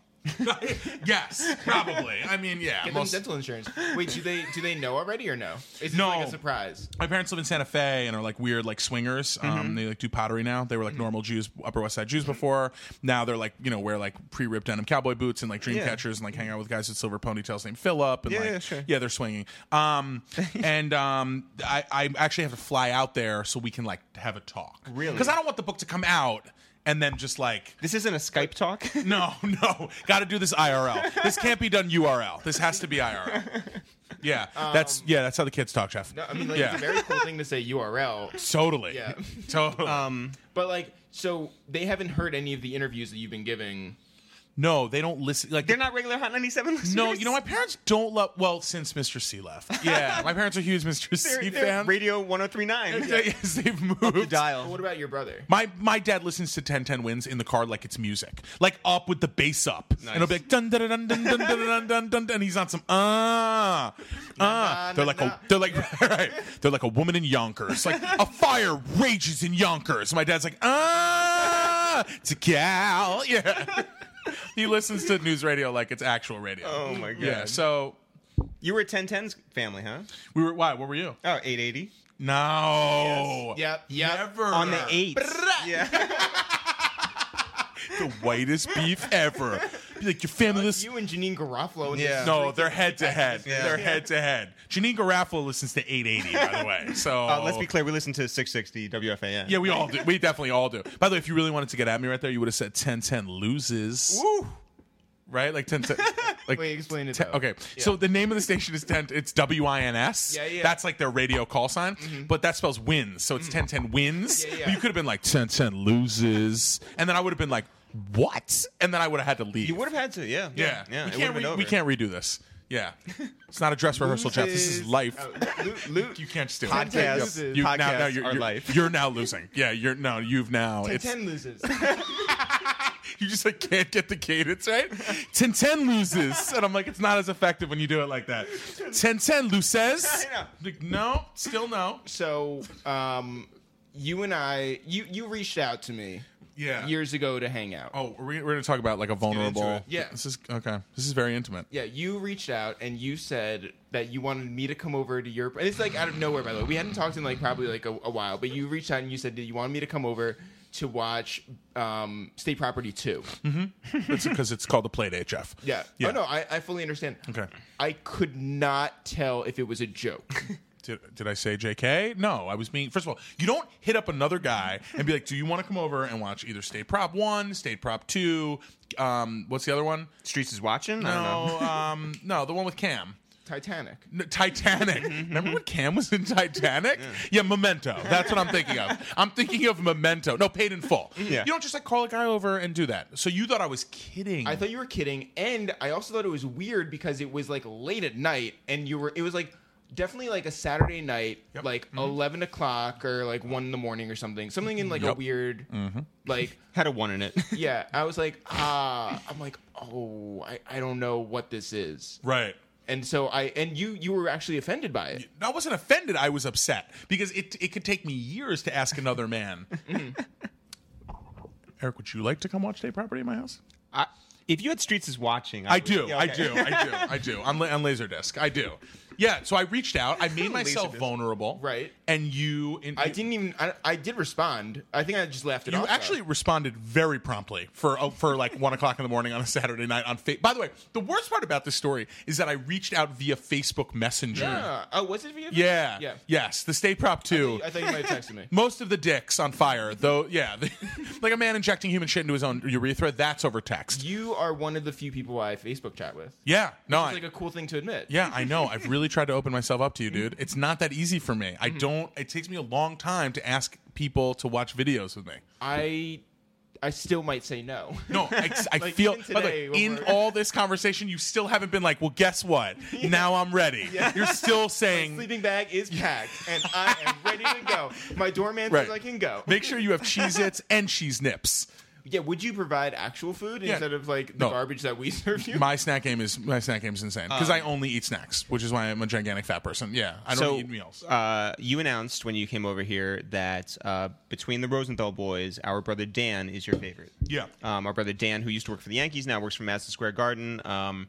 S2: yes, probably. I mean, yeah.
S3: Get them
S2: most-
S3: dental insurance. Wait, do they do they know already or no? Is this
S2: No.
S3: like a surprise?
S2: my parents live in Santa Fe and are like weird like swingers.
S1: Mm-hmm.
S2: Um, they like do pottery now. They were like normal Jews, Upper West Side Jews before. Now they're like you know wear like pre ripped denim cowboy boots and like dream
S1: Yeah.
S2: catchers and like hang out with guys with silver ponytails named Philip. And
S1: Yeah,
S2: like,
S1: yeah, sure.
S2: they're swinging. Um, and um, I, I actually have to fly out there so we can like have a talk.
S1: Really?
S2: Because I don't want the book to come out and then just like
S1: This isn't a Skype talk.
S2: no, no. Got to do this IRL. This can't be done URL. This has to be IRL. Yeah, that's yeah. That's how the kids talk, Jeff.
S3: No, I mean like
S2: Yeah.
S3: it's a very cool thing to say URL.
S2: Totally. uh,
S3: Yeah.
S2: Totally.
S1: Um,
S3: But like so they haven't heard any of the interviews that you've been giving.
S2: no, they don't listen. Like
S1: They're not regular Hot 97 listeners.
S2: No, you know my parents don't love. Well, since Mr. C left. Yeah, my parents are huge Mr.
S1: They're,
S2: C
S1: they're
S2: fans.
S1: Radio 1039.
S2: Yes, they've moved.
S1: Dial.
S3: What about your brother?
S2: My my dad listens to 1010 wins in the car like it's music, like up with the bass up, and it'll be like dun dun dun dun dun dun dun dun dun, dun, dun, and he's on some ah ah.
S3: na,
S2: They're like
S3: na.
S2: a they're like right, they're like a woman in Yonkers, like a fire rages in Yonkers. My dad's like ah, it's a gal, yeah. He listens to news radio like it's actual radio.
S1: Oh my god.
S2: yeah. So
S1: You were a 1010's family, huh?
S2: we were why? What were you?
S1: Oh, 880.
S2: No.
S3: Yep, yep.
S2: Never
S1: On the 8.
S2: Ah!
S1: Yeah.
S2: the whitest beef ever. Be like your family listens.
S3: You and Janine Garofalo and
S1: Yeah.
S2: No, they're head to head.
S1: Yeah.
S2: They're head to head. Janine Garofalo listens to 880, by the way. So
S1: Uh, let's be clear. We listen to 660 WFAN.
S2: Oh. Yeah, we all do. We definitely all do. By the way, if you really wanted to get at me right there, you would have said 1010 loses,
S1: Woo.
S2: right? Like 1010. Like,
S3: Wait, explain it.
S2: te-
S3: though.
S2: okay, so the name of the station is 10. It's W I N S.
S3: Yeah, yeah.
S2: That's like their radio call sign,
S1: Mm-hmm.
S2: but that spells wins. So it's
S1: Mm.
S2: 1010 wins.
S3: Yeah, yeah.
S2: But you could have been like 1010 loses, and then I would have been like, what? And then I would have had to leave.
S1: You would have had to. Yeah.
S2: Yeah,
S1: Yeah.
S2: we,
S1: it
S2: can't
S1: would've been
S2: re- we
S1: over.
S2: can't redo this. Yeah, it's not a dress rehearsal, Jeff. This is
S3: Loses.
S2: life.
S3: Oh, Lu- Lu-
S2: You can't just do
S1: Podcasts-
S2: it.
S3: loses.
S2: You, now,
S1: podcasts
S2: now you're,
S1: are
S2: you're,
S1: life.
S2: you're now losing. Yeah, you're no. You've now. It's
S3: 10 loses.
S2: you just like can't get the cadence right. Ten ten loses, and I'm like, it's not as effective when you do it like that. Ten ten loses.
S1: I know.
S2: Like, no, still no.
S3: so, um, you and I, you you reached out to me
S2: Yeah.
S3: years ago to hang out.
S2: oh, we're, we're gonna talk about like a vulnerable.
S1: it.
S3: Yeah.
S2: This is okay. This is very intimate.
S3: Yeah, you reached out and you said that you wanted me to come over to your. And it's like out of nowhere, by the way. We hadn't talked in like probably like a, a while, but you reached out and you said that you wanted me to come over to watch um, State Property Two.
S2: It's because it's called the play date, Jeff.
S3: Yeah.
S2: Yeah.
S3: Oh no, I, I fully understand.
S2: Okay.
S3: I could not tell if it was a joke.
S2: Did, did I say JK? No, I was being. First of all, you don't hit up another guy and be like, "Do you want to come over and watch either State Prop One, State Prop Two? Um, what's the other one?
S1: Streets is watching. I don't know.
S2: No, um, no, the one with Cam.
S3: Titanic.
S2: No, Titanic. Remember when Cam was in Titanic? Yeah. Memento. That's what I'm thinking of. I'm thinking of Memento. No, Paid in Full.
S1: Yeah.
S2: You don't just like call a guy over and do that. So you thought I was kidding?
S3: I thought you were kidding, and I also thought it was weird because it was like late at night, and you were. It was like definitely like a Saturday night,
S2: Yep. Mm-hmm.
S3: like eleven o'clock or like one in the morning or something, something in like a
S2: Yep. Mm-hmm.
S3: weird, like
S1: Had a one in it.
S3: yeah. I was like, ah, I'm like, oh, I, I don't know what this is,
S2: right.
S3: and so I and you you were actually offended by it.
S2: I wasn't offended. I was upset because it it could take me years to ask another man.
S3: Mm-hmm.
S2: Eric, would you like to come watch State Property at my house?
S1: I, if you had Streets is watching,
S2: I
S1: would-
S2: do,
S1: Yeah,
S2: I
S1: okay.
S2: do, I do, I do. On, la- on Laserdisc, I do. Yeah, so I reached out. I made myself vulnerable.
S3: Right.
S2: And you, and
S3: I
S2: you-
S3: didn't even. I, I did respond. I think I just laughed it
S2: You
S3: off. though.
S2: actually responded very promptly for oh, for like one o'clock in the morning on a Saturday night on Facebook. By the way, the worst part about this story is that I reached out via Facebook Messenger.
S3: Yeah. Oh, was it video?
S2: Yeah.
S3: Yeah.
S2: Yes. The State Prop two.
S3: I thought you might have texted me.
S2: Most of the dicks on fire, though. Yeah, the- like a man injecting human shit into his own urethra. That's over text.
S3: You are one of the few people I Facebook chat with.
S2: Yeah, no, I,
S3: It's like a cool thing to admit.
S2: yeah, I know. I've really tried to open myself up to you, dude. It's not that easy for me.
S3: Mm-hmm.
S2: I don't. It takes me a long time to ask people to watch videos with me.
S3: I I still might say no.
S2: No, I, I
S3: Like,
S2: feel.
S3: even
S2: by the way,
S3: today, when
S2: in
S3: we're-
S2: all this conversation, you still haven't been like, well, guess what? Now I'm ready. You're still saying.
S3: Sleeping bag is packed and I am ready to go. My doorman
S2: Right.
S3: says I can go.
S2: Make sure you have Cheez Its and cheese nips.
S3: yeah, would you provide actual food
S2: Yeah.
S3: instead of like the
S2: No.
S3: garbage that we serve you?
S2: My snack game is my snack game is insane
S3: Uh.
S2: because I only eat snacks, which is why I'm a gigantic fat person. Yeah, I don't
S1: so
S2: eat meals.
S1: Uh, you announced when you came over here that uh, between the Rosenthal boys, our brother Dan is your favorite.
S2: Yeah.
S1: Um, our brother Dan, who used to work for the Yankees, now works for Madison Square Garden. Um,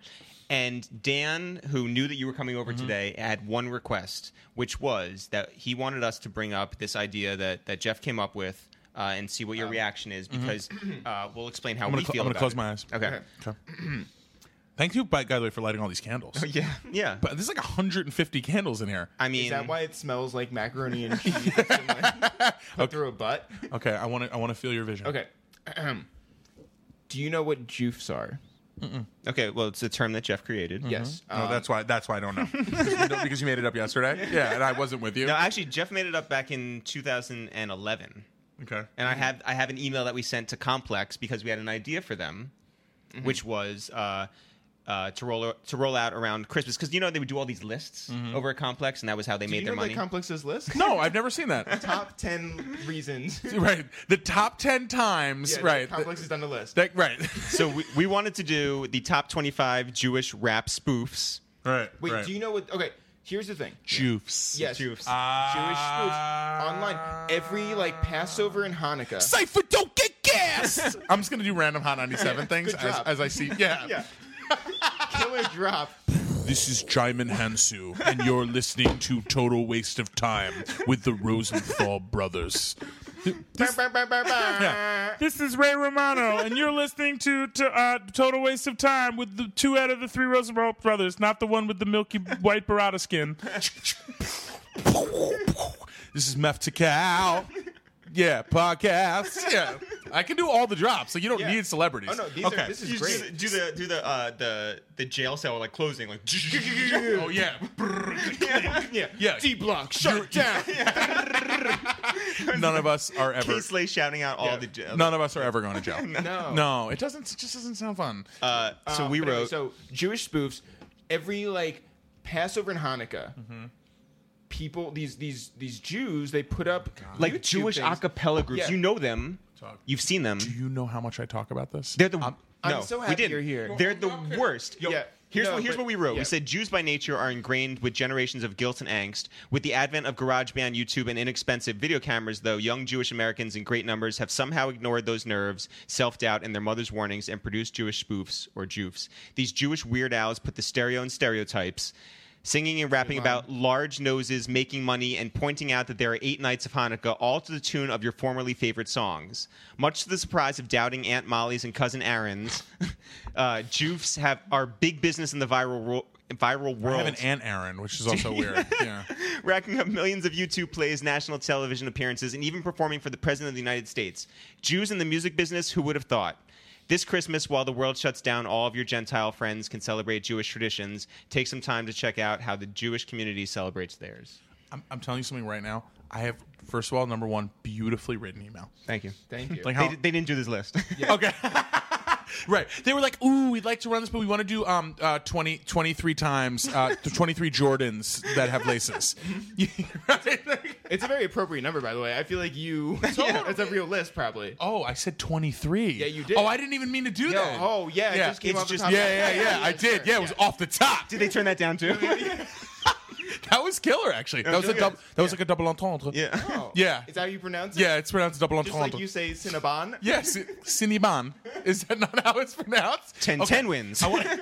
S1: and Dan, who knew that you were coming
S2: Mm-hmm.
S1: over today, had one request, which was that he wanted us to bring up this idea that, that Jeff came up with uh, and see what your reaction is because uh, we'll explain how
S2: Um, mm-hmm. I'm gonna,
S1: we
S2: cl-
S1: feel
S2: I'm gonna
S1: about
S2: close
S1: it.
S2: my eyes.
S1: Okay.
S2: Okay. Thank you, by, by the way, for lighting all these candles.
S1: Yeah. Yeah.
S2: But there's like 150 candles in here.
S1: I mean,
S3: Is that why it smells like macaroni and cheese and, like, put through a butt?
S2: Okay, I want to. I want to feel your vision.
S3: Okay. Do you know what jufes are?
S1: okay, well, it's a term that Jeff created.
S3: Yes.
S2: Mm-hmm. No,
S3: um,
S2: that's why. That's why I don't know because you, don't- because you made it up yesterday. Yeah, and I wasn't with you.
S1: No, actually, Jeff made it up back in 2011,
S2: okay.
S1: and
S3: Mm-hmm.
S1: I have I have an email that we sent to Complex because we had an idea for them,
S3: Mm-hmm.
S1: which was uh, uh, to roll to roll out around Christmas because you know they would do all these lists over at Complex, and that was how they
S3: Do
S1: made
S3: Mm-hmm. you
S1: their
S3: know
S1: money.
S3: the complexes list?
S2: No, I've never seen that.
S3: Top ten reasons.
S2: right, the top ten times.
S3: Yeah,
S2: right.
S3: Complex has done the list.
S2: That- right.
S1: so we, we wanted to do the top 25 Jewish rap spoofs.
S2: right.
S3: Wait,
S2: right.
S3: do you know what? Okay, here's the thing.
S2: Jufes.
S3: Yes,
S1: Jews.
S3: Jewish
S2: Ah.
S3: spoofs online every like Passover and Hanukkah.
S2: Cipher, don't get gas. I'm just gonna do random Hot 97 things
S3: Good
S2: as,
S3: job.
S2: as I see. Yeah.
S3: Yeah. Killer drop.
S2: This is Jaimin Hansu, and you're listening to Total Waste of Time with the Rosenthal Brothers. Yeah. This is Ray Romano, and you're listening to, to uh, Total Waste of Time with the two out of the three Rosenthal brothers, not the one with the milky white Barada skin. this is Meth to Cow. Yeah, podcast. Yeah, I can do all the drops, so you don't
S3: Yeah.
S2: need celebrities.
S3: Oh no, these
S2: okay.
S3: are this
S1: You
S3: is great.
S1: do the do the uh, the the jail cell like closing like
S2: oh yeah,
S3: Yeah.
S2: yeah.
S3: D block, shut
S2: You're-
S3: down.
S2: None of us are ever.
S1: Casely shouting out all the jail.
S2: None of us are ever going to jail.
S3: No.
S2: No, it doesn't. It just doesn't sound fun.
S1: Uh, so
S3: Um,
S1: we
S3: but anyway,
S1: wrote
S3: so Jewish spoofs every like Passover and Hanukkah.
S2: Mm-hmm.
S3: People, these these these Jews, they put up
S2: Oh
S1: like
S3: YouTube
S1: Jewish
S3: things.
S1: a cappella groups.
S3: Yeah.
S1: You know them. You've seen them.
S2: Do you know how much I talk about this?
S1: They're the.
S3: I'm
S1: no,
S3: so
S1: we
S3: happy
S1: didn't.
S3: you're here.
S1: They're the worst. Yo,
S3: Yeah.
S1: Here's,
S3: No,
S1: what, here's
S3: but-
S1: what we wrote.
S3: yeah.
S1: We said Jews by nature are ingrained with generations of guilt and angst. With the advent of GarageBand, YouTube, and inexpensive video cameras, though, young Jewish Americans in great numbers have somehow ignored those nerves, self doubt, and their mother's warnings and produced Jewish spoofs or jufes. These Jewish weird owls put the stereo in stereotypes. Singing and rapping about large noses, making money, and pointing out that there are eight nights of Hanukkah, all to the tune of your formerly favorite songs. Much to the surprise of doubting Aunt Molly's and cousin Aaron's, uh, Jufes have are big business in the viral ro- viral
S2: I
S1: world,
S2: have an Aunt Aaron, which is also weird. Yeah.
S1: racking up millions of YouTube plays, national television appearances, and even performing for the president of the United States. Jews in the music business, who would have thought? This Christmas, while the world shuts down, all of your Gentile friends can celebrate Jewish traditions. Take some time to check out how the Jewish community celebrates theirs.
S2: I'm, I'm telling you something right now. I have, first of all, number one, beautifully written email.
S1: Thank you.
S3: Thank you.
S2: Like
S1: They,
S2: how?
S1: they didn't do this list.
S2: Okay. right. They were like, ooh, we'd like to run this, but we want to do um uh 20, 23 times uh the 23 Jordans that have laces. right?
S3: It's a very appropriate number, by the way. I feel like you. It's a real list, probably.
S2: Oh, I said 23. Yeah,
S3: you did.
S2: Oh, I didn't even mean to do
S3: Yo,
S2: that.
S3: oh yeah,
S2: Yeah,
S3: it just came
S1: it's
S3: off
S1: just-
S3: the
S2: Yeah,
S3: top.
S2: yeah, yeah, I did. Yeah, it was off the top.
S1: Did they turn that down too?
S2: That was killer, actually. That was a
S1: really
S2: double. That was like a double entendre.
S1: yeah.
S3: Oh,
S2: Yeah.
S3: Is that how you pronounce it?
S2: Yeah, it's pronounced double
S3: Just
S2: entendre.
S3: like you say Cinnabon.
S2: Yes, Cinnabon. Is that not how it's pronounced?
S1: 10
S2: Okay.
S1: 10 wins.
S2: I want. Uh,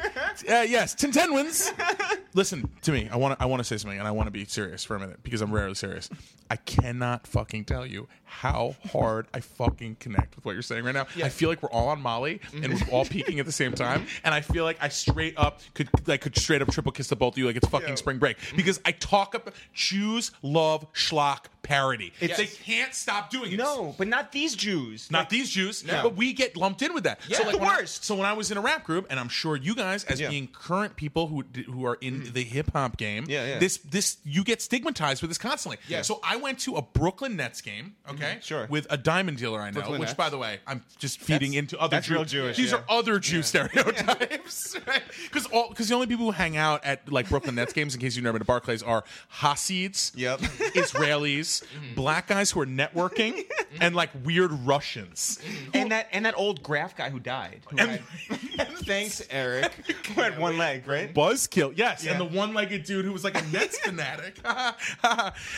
S2: yes, ten ten wins. Listen to me. I want. I want to say something, and I want to be serious for a minute because I'm rarely serious. I cannot fucking tell you how hard I fucking connect with what you're saying right now. I feel like we're all on Molly and we're all peaking at the same time, and I feel like I straight up could like could straight up triple kiss the both of you like it's fucking
S3: Yo.
S2: spring break because I talk about Jews love schlock parody. They can't stop doing it.
S1: No, but not these Jews.
S2: Not these Jews,
S3: No.
S2: but we get lumped in with that.
S3: Yeah.
S2: so like
S3: The
S2: when I-
S3: worst.
S2: so when I was in a rap group, and I'm sure you guys, as
S1: Yeah. Mm-hmm.
S2: being current people who d- who are in the hip hop game,
S1: Yeah, yeah.
S2: this this you get stigmatized with this constantly.
S3: Yeah.
S2: So I went to a Brooklyn Nets game, okay,
S1: Mm-hmm. sure.
S2: with a diamond dealer I know,
S3: Brooklyn
S2: which
S3: Nets.
S2: by the way, I'm just feeding
S1: That's-
S2: into other
S1: that's
S2: Jew-
S1: real Jewish,
S2: These
S1: yeah.
S2: are other Jew stereotypes, because all because the only people who hang out at like Brooklyn Nets games, in case you've never been to Barclays, are Hasids,
S1: Yep.
S2: Israelis, guys, black guys who are networking, and like weird Russians.
S1: and that and that old graph guy who died, who had,
S3: Thanks, Eric.
S1: who had one leg, right?
S2: Buzzkill, yes,
S1: Yeah.
S2: and the one-legged dude who was like a Nets fanatic.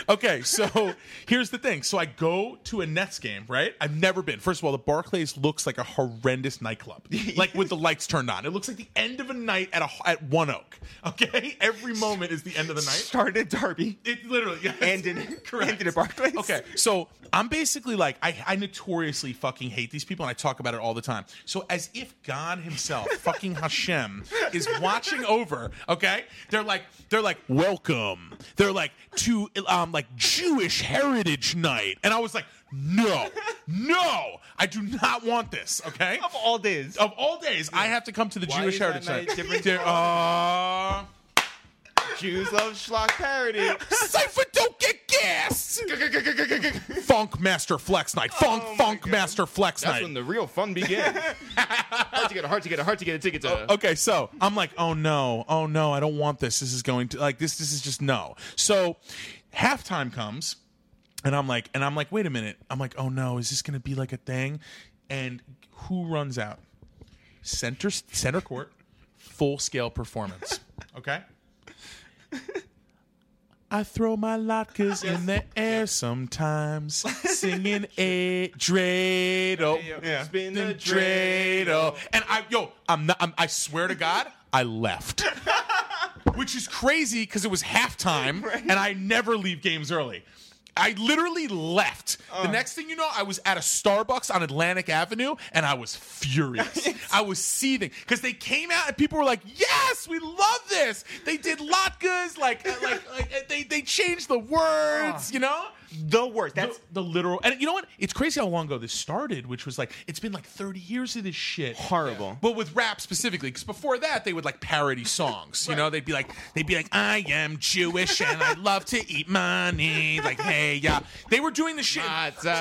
S2: okay, so here's the thing. So I go to a Nets game, right? I've never been. First of all, the Barclays looks like a horrendous nightclub, like with the lights turned on. It looks like the end of a night at a at One Oak. Okay, every moment is the end of the night.
S1: Started at Derby,
S2: It literally yes.
S1: ended ended at Barclays.
S2: Okay, so I'm basically like I, I notoriously fucking hate these people, and I talk about it all the time. So as if God Himself, fucking Hashem, is watching over. Okay, they're like they're like welcome. They're like to um like Jewish Heritage Night, and I was like, no, no, I do not want this. Okay,
S1: of all days.
S2: of all days, I have to come to the
S3: Why
S2: Jewish
S3: is that
S2: Heritage
S3: night
S2: Night.
S3: different?
S2: There- uh,
S3: Jews love schlock parody.
S2: Cypher don't get gas. Oh funk Master Flex Night. Funk Funk Master Flex
S3: That's
S2: Night.
S3: when the real fun begins. hard to get a hard to get a hard to get a ticket to.
S2: okay, so I'm like, oh no, oh no, I don't want this. This is going to like this. This is just no. So halftime comes, and I'm like, and I'm like, wait a minute. I'm like, oh no, is this going to be like a thing? And who runs out? Center center court, full scale performance. Okay. I throw my latkes in the air sometimes, singing a dreidel.
S1: Yeah.
S3: Spin
S2: Then
S3: the dreidel.
S2: dreidel. And I, yo, I'm not. I'm, I swear to God, I left. Which is crazy because it was halftime, and I never leave games early. I literally left. the next thing you know, I was at a Starbucks on Atlantic Avenue, and I was furious. I was seething because they came out and people were like, "Yes, we love this." They did latkes, like, like, like they they changed the words, you know
S1: The worst. That's
S2: the, the literal. And you know what? It's crazy how long ago this started, which was like it's been like 30 years of this shit.
S1: horrible.
S2: But with rap specifically, because before that they would like parody songs. You know, they'd be like, they'd be like, "I am Jewish and I love to eat money." Like, hey, yeah, they were doing the shit.
S3: Matzah,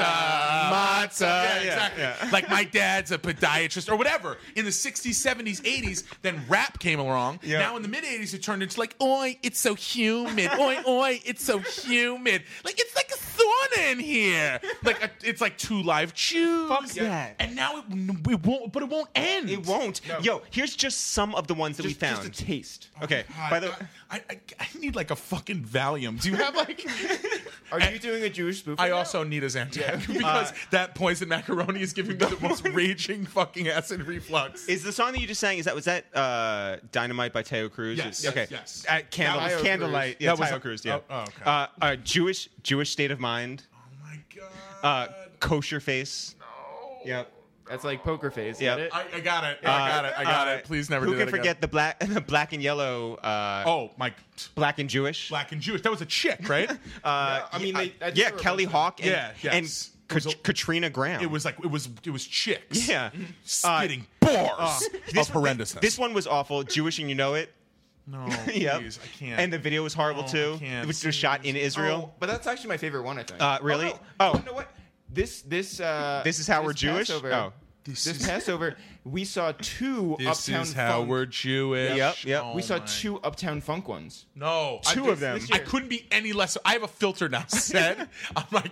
S2: matzah. Yeah, exactly.
S1: yeah.
S2: Like my dad's a podiatrist or whatever. In the '60s, '70s, '80s, then rap came along.
S1: Yeah.
S2: Now in the mid '80s, it turned into like, "Oi, it's so humid. Oi, oi, it's so humid. Like it's like a sauna in here. Like a, it's like two live Jews."
S1: Fuck that.
S2: And now it, it won't, but it won't end.
S1: It won't. Yo, here's just some of the ones that we found. Oh
S3: Just a taste.
S1: okay.
S2: God,
S1: By the
S2: I, I, I need like a fucking Valium. Do you have like?
S3: Are you doing a Jewish spoof?
S2: I
S3: right now?
S2: also need a Zantac because that poison macaroni is giving me the most raging fucking acid reflux.
S1: is the song that you just sang? Is that was that uh, "Dynamite" by Teo Cruz?
S2: Yes,
S1: Okay.
S2: yes.
S1: Uh, Candle,
S3: That was-
S1: candlelight. Yeah,
S2: That was-
S1: Teo Cruz. Yeah.
S2: oh, oh, okay.
S1: Uh, uh, Jewish Jewish state of mind.
S2: Oh my god.
S1: Uh, kosher face. Yep.
S3: That's like poker face.
S1: Yep.
S3: Yep. It?
S2: I, I got it. I got it. I got
S1: Uh,
S2: it. Please never
S1: Who
S2: do
S1: can
S2: that
S1: forget
S2: again.
S1: the black the black and yellow? Uh,
S2: Oh my,
S1: Black and Jewish.
S2: black and Jewish. That was a chick, right?
S1: Uh,
S3: I mean, they- I think
S1: yeah,
S3: they were
S1: Kelly
S3: both-
S1: Hawk and,
S2: Yeah, yes.
S1: and
S2: It was
S1: Ka-
S2: a-
S1: Katrina Graham.
S2: it was like it was it was chicks. Mm-hmm.
S1: Yeah. Uh,
S2: spitting bars
S1: This
S2: of
S1: one-
S2: horrendousness.
S1: This one was awful. Jewish and you know it.
S2: no,
S1: Yeah,
S2: please, I can't.
S1: And the video was horrible
S2: Oh,
S1: too.
S2: I can't.
S1: It was just shot in Israel.
S3: Oh, but that's actually my favorite one. I think.
S1: Uh, really?
S3: Oh.
S1: Oh.
S3: No. no, what? This this uh,
S1: This is how we're Jewish?
S3: Passover-
S1: Oh.
S2: This
S3: This,
S2: is-
S3: Passover, we saw two
S2: this
S3: Uptown
S2: is how
S3: Funk.
S2: we're Jewish.
S1: Yep, yep.
S2: Oh
S1: Oh
S3: we saw
S2: my
S3: two Uptown Funk ones.
S2: No, I-
S1: Two
S2: this-
S1: of them.
S2: this year. I couldn't be any less. I have a filter now set on my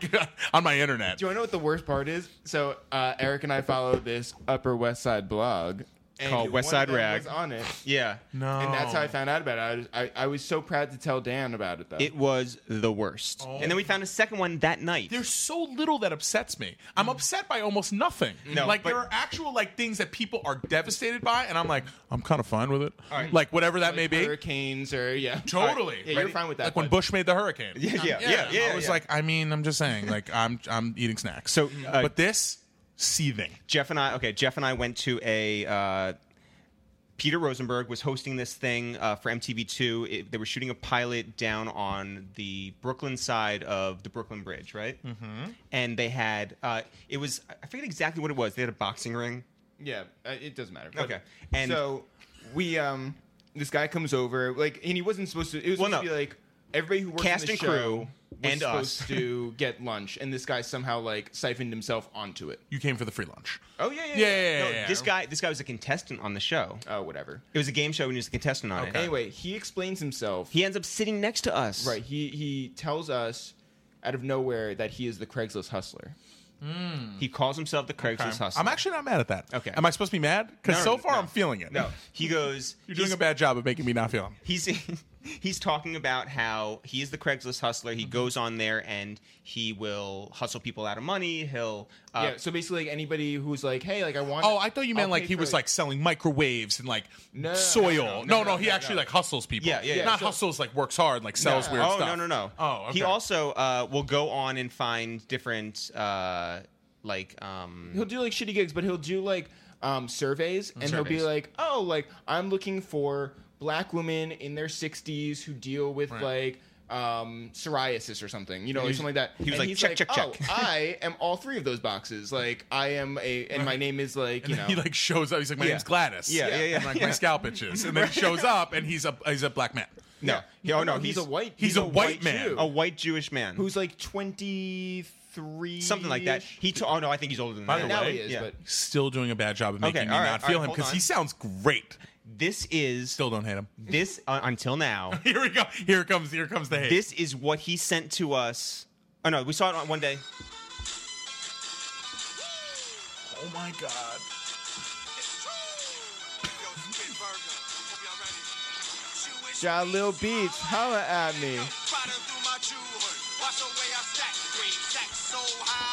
S2: on my internet.
S3: Do you want to know what the worst part is? So uh, Eric and I follow this Upper West Side blog and
S1: Called West
S3: one
S1: Side
S3: of them
S1: Rag. Oh.
S3: was on it,
S1: Yeah.
S2: No,
S3: and that's how I found out about it. I was, I, I was so proud to tell Dan about it though.
S1: It was the worst. And then we found a second one that night.
S2: Oh. There's so little that upsets me. I'm upset by almost nothing.
S1: No,
S2: like
S1: but-
S2: there are actual like things that people are devastated by, and I'm like, I'm kind of fine with it. Like whatever that may
S3: Like
S2: be.
S3: hurricanes or yeah,
S2: Totally.
S3: Yeah, you're
S2: Ready?
S3: fine with that.
S2: Like when
S3: but-
S2: Bush made the hurricane.
S1: Yeah, yeah,
S2: Um,
S1: yeah, yeah,
S2: I was
S1: yeah.
S2: like, I mean, I'm just saying, like, I'm I'm eating snacks. Mm.
S1: So, uh,
S2: but this seething.
S1: Jeff and I, okay, Jeff and I went to a. Uh, Peter Rosenberg was hosting this thing uh, for MTV2. It, they were shooting a pilot down on the Brooklyn side of the Brooklyn Bridge, right? Mm-hmm. And they had, uh, it was, I forget exactly what it was. They had a boxing ring.
S3: Yeah, uh, it doesn't matter. But-
S1: Okay, and-
S3: so we um, this guy comes over like, and he wasn't supposed to. It was
S1: Well,
S3: supposed
S1: no.
S3: to be like everybody who works
S1: Cast
S3: in the
S1: and
S3: show
S1: crew
S3: was
S1: and us.
S3: supposed to get lunch, and this guy somehow like siphoned himself onto it.
S2: You came for the free lunch.
S3: Oh yeah, yeah,
S2: Yeah, yeah, yeah.
S1: No, this guy, this guy was a contestant on the show.
S3: Oh whatever.
S1: It was a game show and he was a contestant on it.
S3: Anyway, he explains himself.
S1: He ends up sitting next to us.
S3: right. He he tells us. out of nowhere that he is the Craigslist hustler.
S1: He calls himself the Craigslist hustler.
S2: I'm actually not mad at that.
S1: Okay.
S2: Am I supposed to be mad? Because
S1: No,
S2: so
S1: no,
S2: far
S1: no.
S2: I'm feeling it.
S1: no, he goes.
S2: You're doing
S1: he's-
S2: a bad job of making me not feel. it.
S1: he's he's talking about how he is the Craigslist hustler.
S2: Mm-hmm.
S1: He goes on there and he will hustle people out of money. He'll uh,
S3: yeah. So basically, like, anybody who's like, hey, like I want.
S2: Oh, I thought you meant
S3: I'll
S2: like
S3: pay
S2: he
S3: for,
S2: was like selling microwaves and like
S3: No, no,
S2: soil.
S3: no,
S2: No, no,
S3: no, no, no,
S2: he
S3: no,
S2: actually
S3: no.
S2: like hustles people.
S1: Yeah, yeah, yeah.
S2: Not
S1: So-
S2: hustles like works hard, like sells weird
S1: oh,
S2: stuff.
S1: no, no, no.
S2: Oh, okay.
S1: He also uh, will go on and find different, uh, like, um,
S3: he'll do like shitty gigs, but he'll do like um, surveys, and he'll be
S1: Surveys.
S3: like, "Oh, like I'm looking for black women in their 60s who deal with like." Um, psoriasis or something, you know, like something like that.
S1: he was
S3: And
S1: like,
S3: he's
S1: "Check, check,
S3: "Oh,
S1: check."
S3: I am all three of those boxes. Like, I am a, and my name is like,
S2: And
S3: you
S2: then
S3: know,
S2: he like shows up. He's like, my
S1: Yeah.
S2: name's Gladys.
S1: Yeah, yeah, yeah,
S2: And like
S1: yeah.
S2: my scalp itches, and then he shows up, and he's a he's a black man.
S1: no,
S3: Yeah.
S1: oh no,
S3: he's, a white,
S2: he's a white man.
S3: Jew
S1: a white Jewish man
S3: who's like 23,
S1: something like that. He, to- oh no, I think he's older than
S2: By
S1: that.
S2: the
S3: now
S2: way,
S3: he is,
S1: yeah.
S3: but
S2: Still doing a bad job of
S1: Okay,
S2: making me
S1: all right,
S2: not
S1: all
S2: feel
S1: right,
S2: him
S1: hold
S2: because he
S1: on.
S2: sounds great.
S1: This is
S2: Still don't hate him.
S1: this uh, until now.
S2: Here we go. Here comes. Here comes the hate.
S1: this is what he sent to us. Oh no, we saw it on one day.
S2: oh my god.
S3: Jalil Beats, holla at me.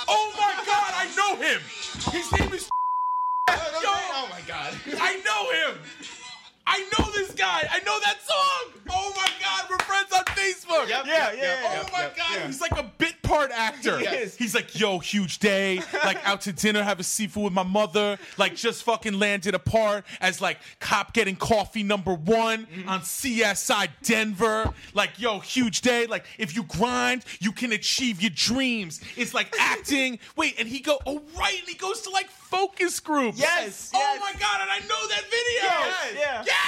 S2: Oh my god, I know him. His name is. Yo,
S3: Oh my god.
S2: I know him. I know this guy. I know that song. Oh my god, we're friends on Facebook.
S3: Yep,
S1: Yeah,
S3: yep,
S1: yeah,
S3: yep,
S2: Oh
S1: yeah.
S3: yep,
S2: my
S3: yep,
S2: god,
S3: yep.
S2: he's like a bit part actor.
S1: He is.
S2: He's like, yo, huge day, like out to dinner, have a seafood with my mother, like just fucking landed a part as like cop getting coffee number one
S3: Mm-hmm.
S2: on CSI Denver. Like, yo, huge day. Like, if you grind, you can achieve your dreams. It's like acting. Wait, and he go, oh right, and he goes to like focus groups.
S1: Yes,
S2: Oh
S1: yes.
S2: my god, and I know that video.
S1: Yeah.
S2: Yeah.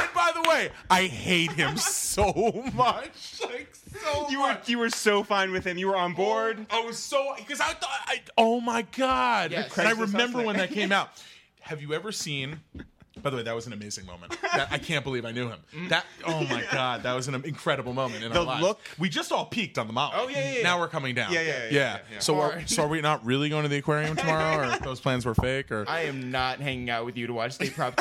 S2: and by the way, I hate him so much. Like so
S1: You were
S2: much.
S1: you were so fine with him. You were on board.
S2: I was so because I thought I oh my god.
S3: Yes.
S2: And I
S1: Craigslist
S2: remember
S1: hustler.
S2: when that came out. Have you ever seen by the way, that was an amazing moment. That- I can't believe I knew him. That oh my god, that was an incredible moment in
S1: The
S2: our lives.
S1: look-
S2: we just all peaked on the mountain.
S3: Oh, yeah, yeah, yeah.
S2: Now we're coming down.
S1: Yeah, yeah, yeah, yeah, yeah.
S2: So, are,
S3: Sorry.
S2: so are we not really going to the aquarium tomorrow, or those plans were fake, or
S3: I am not hanging out with you to watch state prop.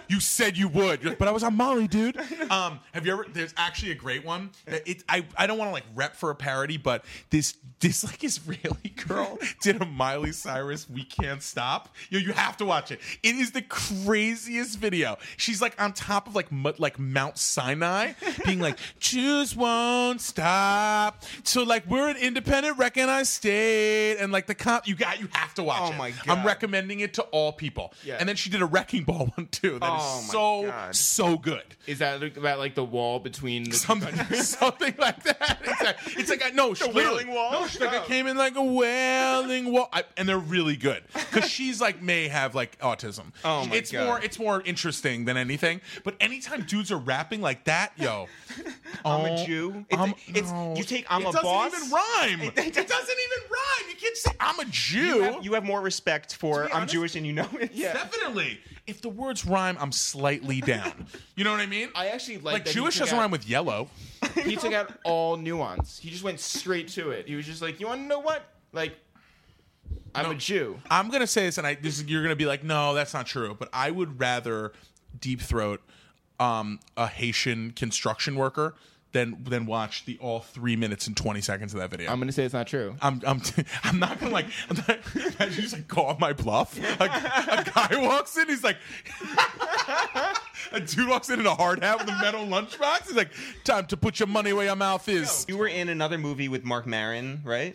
S2: You said you would, You're like, but I was on Molly, dude. Um, have you ever? There's actually a great one. It, I, I don't want to like rep for a parody, but this this like Israeli girl did a Miley Cyrus "We Can't Stop." Yo, you have to watch it. It is the craziest video. She's like on top of like mu- like Mount Sinai, being like, "Jews won't stop." So like we're an independent, recognized state, and like the comp. You got you have to watch
S1: Oh
S2: it.
S1: my
S2: I'm
S1: God.
S2: recommending it to all people.
S3: Yeah.
S2: And then she did a wrecking ball one too. That is
S1: Oh my
S2: so
S1: God.
S2: so good.
S3: Is that about like the wall between the two
S2: Something, something like that. It's like, it's like I no, the
S1: wailing wall?
S2: No, she, like,
S1: No.
S2: I came in like a wailing wall, I, and they're really good because she's like may have like autism.
S1: Oh my
S2: it's
S1: God.
S2: more it's more interesting than anything. But anytime dudes are rapping like that, yo,
S1: I'm
S2: oh,
S1: a Jew. It's,
S2: I'm-
S1: it's
S2: no.
S1: you take I'm
S2: it
S1: a boss.
S2: doesn't even rhyme. It,
S1: It- it
S2: doesn't even rhyme. You can't say I'm a Jew.
S1: You have, you have more respect for
S2: be
S1: I'm
S2: honest-
S1: Jewish and you know it.
S3: Yeah.
S2: Definitely. If the words rhyme, I'm slightly down. You know what I mean?
S3: I actually like,
S2: like
S3: that he
S2: Jewish
S3: took
S2: doesn't
S3: out-
S2: rhyme with yellow.
S3: He took out all nuance. He just went straight to it. He was just like, "You want to know what? Like, I'm a Jew."
S2: I'm gonna say this, and I this, is- you're gonna be like, no, that's not true. But I would rather deep throat um, a Haitian construction worker than than watch the all three minutes and twenty seconds of that video.
S3: I'm gonna say it's not true.
S2: I'm I'm I'm not gonna like I'm not, I just like call my bluff. Like a guy walks in, he's like a dude walks in in a hard hat with a metal lunchbox. He's like, time to put your money where your mouth is.
S1: You were in another movie with Mark Maron, right?